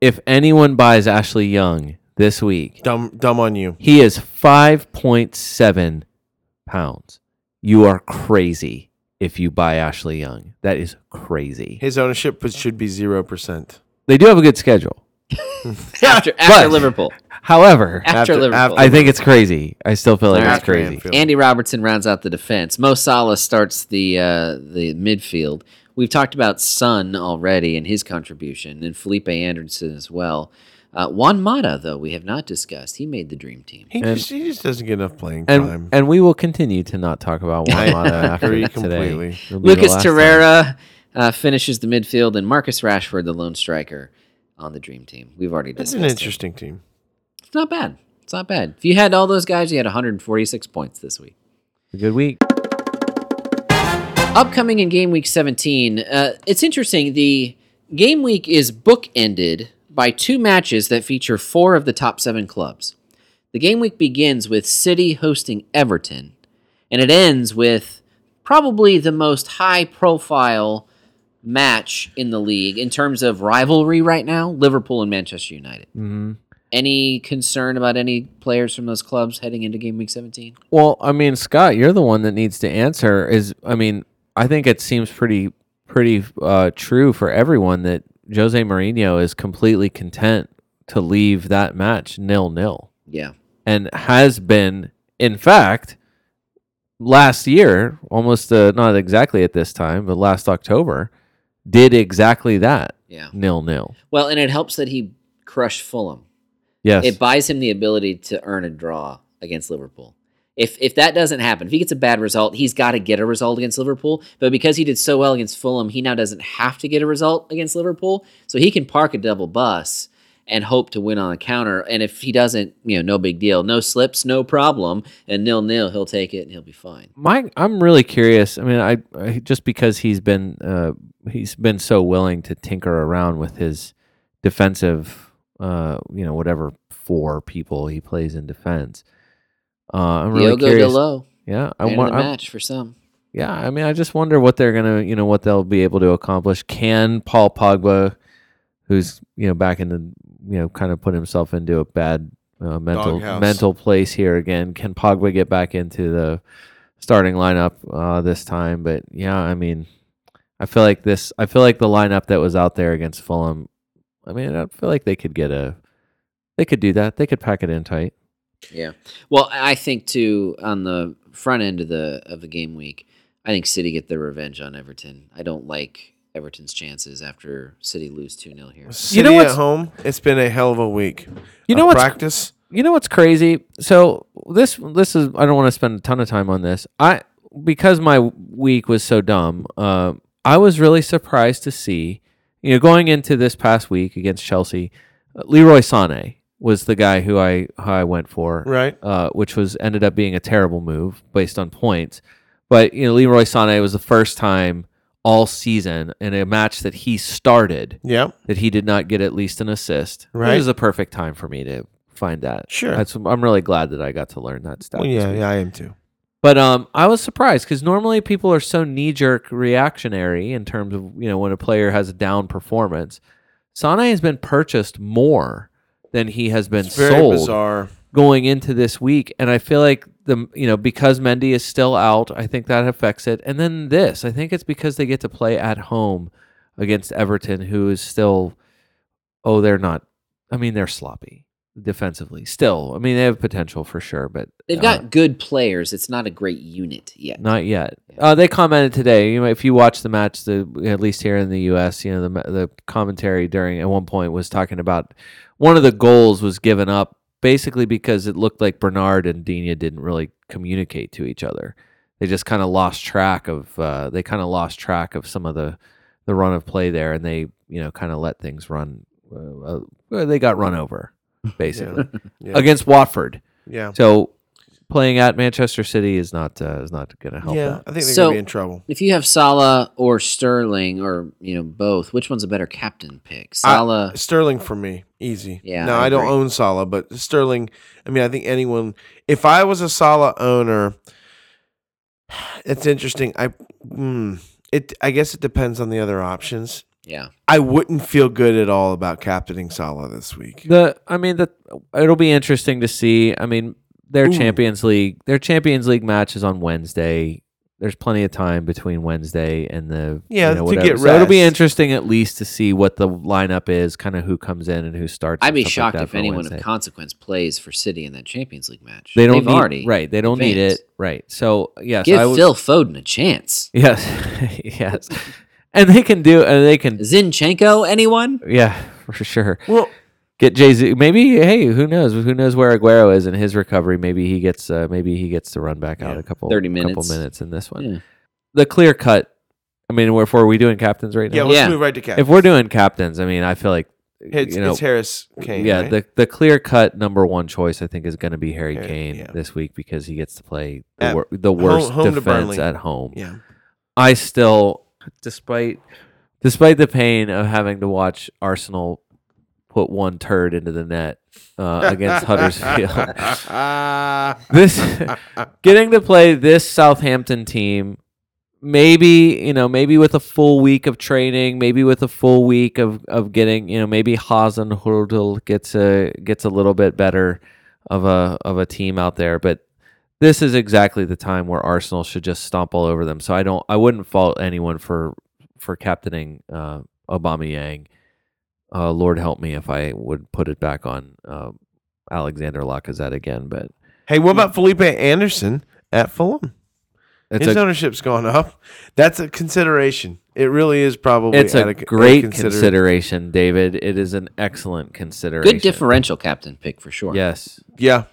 If anyone buys Ashley Young this week, Dumb, dumb on you. he is 5.7 pounds. You are crazy if you buy Ashley Young. That is crazy. His ownership was- should be zero percent. They do have a good schedule. after after But- Liverpool. However, After, After- Liverpool. after- I think it's crazy. I still feel like it's After crazy. Anfield. Andy Robertson rounds out the defense. Mo Salah starts the uh, the midfield. We've talked about Sun already and his contribution, and Felipe Anderson as well. Uh, Juan Mata, though, we have not discussed. He made the dream team. He just he just doesn't get enough playing time. And, and we will continue to not talk about I Juan Mata after agree today. completely. It'll be the Lucas last time. Torreira uh, finishes the midfield, and Marcus Rashford, the lone striker, on the dream team. We've already That's discussed. an it. interesting team. It's not bad. It's not bad. If you had all those guys, you had 146 points this week. Good week. Upcoming in game week 17, uh, it's interesting. The game week is bookended by two matches that feature four of the top seven clubs. The game week begins with City hosting Everton, and it ends with probably the most high profile match in the league in terms of rivalry right now Liverpool and Manchester United. Mhm. Any concern about any players from those clubs heading into game week 17? Well, I mean, Scott, you're the one that needs to answer. Is I mean, I think it seems pretty pretty uh, true for everyone that Jose Mourinho is completely content to leave that match nil nil, Yeah. and has been, in fact, last year almost uh, not exactly at this time, but last October, did exactly that Yeah. nil nil. Well, and it helps that he crushed Fulham. Yes, It buys him the ability to earn a draw against Liverpool. If if that doesn't happen, if he gets a bad result, he's got to get a result against Liverpool. But because he did so well against Fulham, he now doesn't have to get a result against Liverpool, so he can park a double bus and hope to win on a counter. And if he doesn't, you know, no big deal, no slips, no problem, and nil nil, he'll take it and he'll be fine. my I'm really curious. I mean, I, I just because he's been uh, he's been so willing to tinker around with his defensive, uh, you know, whatever four people he plays in defense. Uh, I'm really Diogo curious. Dalot, yeah, I man of want. the I- match for some. Yeah, I mean, I just wonder what they're gonna, you know, what they'll be able to accomplish. Can Paul Pogba, who's you know back in the, you know, kind of put himself into a bad uh, mental Doghouse. mental place here again? Can Pogba get back into the starting lineup uh, this time? But yeah, I mean, I feel like this. I feel like the lineup that was out there against Fulham. I mean, I feel like they could get a, they could do that. They could pack it in tight. Yeah. Well, I think too on the front end of the of the game week, I think City get their revenge on Everton. I don't like Everton's chances after City lose 2-0 here. City you know know at what's- home, it's been a hell of a week. You Of know what's practice? you know what's crazy? So this this is I don't want to spend a ton of time on this. I because my week was so dumb. Uh, I was really surprised to see, you know, going into this past week against Chelsea, uh, Leroy Sané was the guy who I who I went for, Right. uh, which was ended up being a terrible move based on points. But you know, Leroy Sané was the first time all season in a match that he started Yeah. that he did not get at least an assist. It Right. was a perfect time for me to find that. Sure. That's, I'm really glad that I got to learn that stat. Well, this yeah, week. yeah, I am too. But um, I was surprised because normally people are so knee jerk reactionary in terms of you know when a player has a down performance. Sane has been purchased more than he has been It's very sold bizarre. going into this week, and I feel like the you know because Mendy is still out, I think that affects it. And then this, I think it's because they get to play at home against Everton, who is still oh they're not. I mean they're sloppy defensively still. I mean they have potential for sure, but They've uh, got good players. It's not a great unit yet. not yet. Uh, they commented today. You know, if you watch the match, the at least here in the U.S., you know the ma- the commentary during at one point was talking about one of the goals was given up basically because it looked like Bernard and Dina didn't really communicate to each other. They just kind of lost track of uh, they kind of lost track of some of the the run of play there, and they you know kind of let things run. Uh, uh, they got run over basically Yeah. against Watford. Yeah. So playing at Manchester City is not uh, is not going to help. yeah. that. I think they're So- gonna be in trouble. If you have Salah or Sterling or, you know, both, which one's a better captain pick? Salah Sterling for me, easy. Yeah, Now I I, don't agree. own Salah, but Sterling. I mean, I think anyone. If I was a Salah owner, hmm, it's interesting. I, mm, it. I guess it depends on the other options. Yeah. I wouldn't feel good at all about captaining Salah this week. The I mean the it'll be interesting to see. I mean their Champions League their Champions League match is on Wednesday. There's plenty of time between Wednesday and the Yeah, you know, to get whatever. So it'll be rest. interesting at least to see what the lineup is, kind of who comes in and who starts. I'd and be stuff like shocked that if for anyone Wednesday. of consequence plays for City in that Champions League match. they don't They've need, already right. They don't need advanced. it right. So yes, Give I would, Phil Foden a chance. yes, yes, and they can do and they can Zinchenko, anyone? yeah for sure. Well, get Jay Z. Maybe hey, who knows? Who knows where Aguero is in his recovery? Maybe he gets uh, maybe he gets to run back out a couple 30 couple minutes. minutes in this one. Yeah. The clear cut. I mean, if we're we doing captains right yeah, now? let's Yeah. move right to captain. If we're doing captains, I mean, I feel like it's, you know, it's Harris Kane. yeah, right? the the clear cut number one choice I think is going to be Harry Harry, Kane yeah. this week because he gets to play the, At wor- the worst home to defense Burnley. at home. yeah. I still, despite despite the pain of having to watch Arsenal put one turd into the net uh, against Huddersfield, this getting to play this Southampton team. Maybe you know, maybe with a full week of training, maybe with a full week of, of getting you know, maybe Hazen Hurdle gets a gets a little bit better of a of a team out there. But this is exactly the time where Arsenal should just stomp all over them. So I don't, I wouldn't fault anyone for for captaining uh, Aubameyang. Uh, Lord help me if I would put it back on uh, Alexander Lacazette again, but Hey, what about Felipe Anderson at Fulham? it's His a ownership's gone up. That's a consideration. It really is probably. it's at a c- great consider- consideration, David. It is an excellent consideration. Good differential captain pick for sure. Yes, Yeah,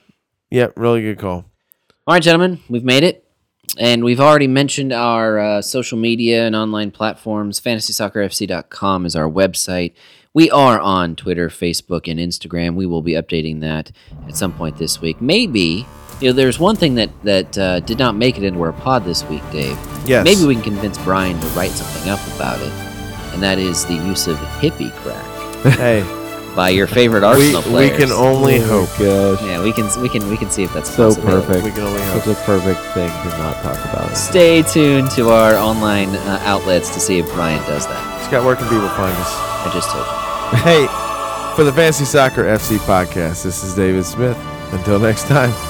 yeah, really good call. All right, gentlemen, we've made it. And we've already mentioned our uh, social media and online platforms. FantasySoccerFC.com is our website. We are on Twitter, Facebook, and Instagram. We will be updating that at some point this week. Maybe, you know, there's one thing that, that uh, did not make it into our pod this week, Dave. Yes. Maybe we can convince Brian to write something up about it, and that is the use of hippie crack hey, by your favorite we, Arsenal we players. can only Oh, hope. yeah, we can, we can, we can see if that's so possible. perfect. We can only hope. It's a perfect thing to not talk about. Stay tuned to our online uh, outlets to see if Brian does that. Scott, where can people find us? I just told you. Hey, for the Fantasy Soccer FC podcast, this is David Smith. Until next time.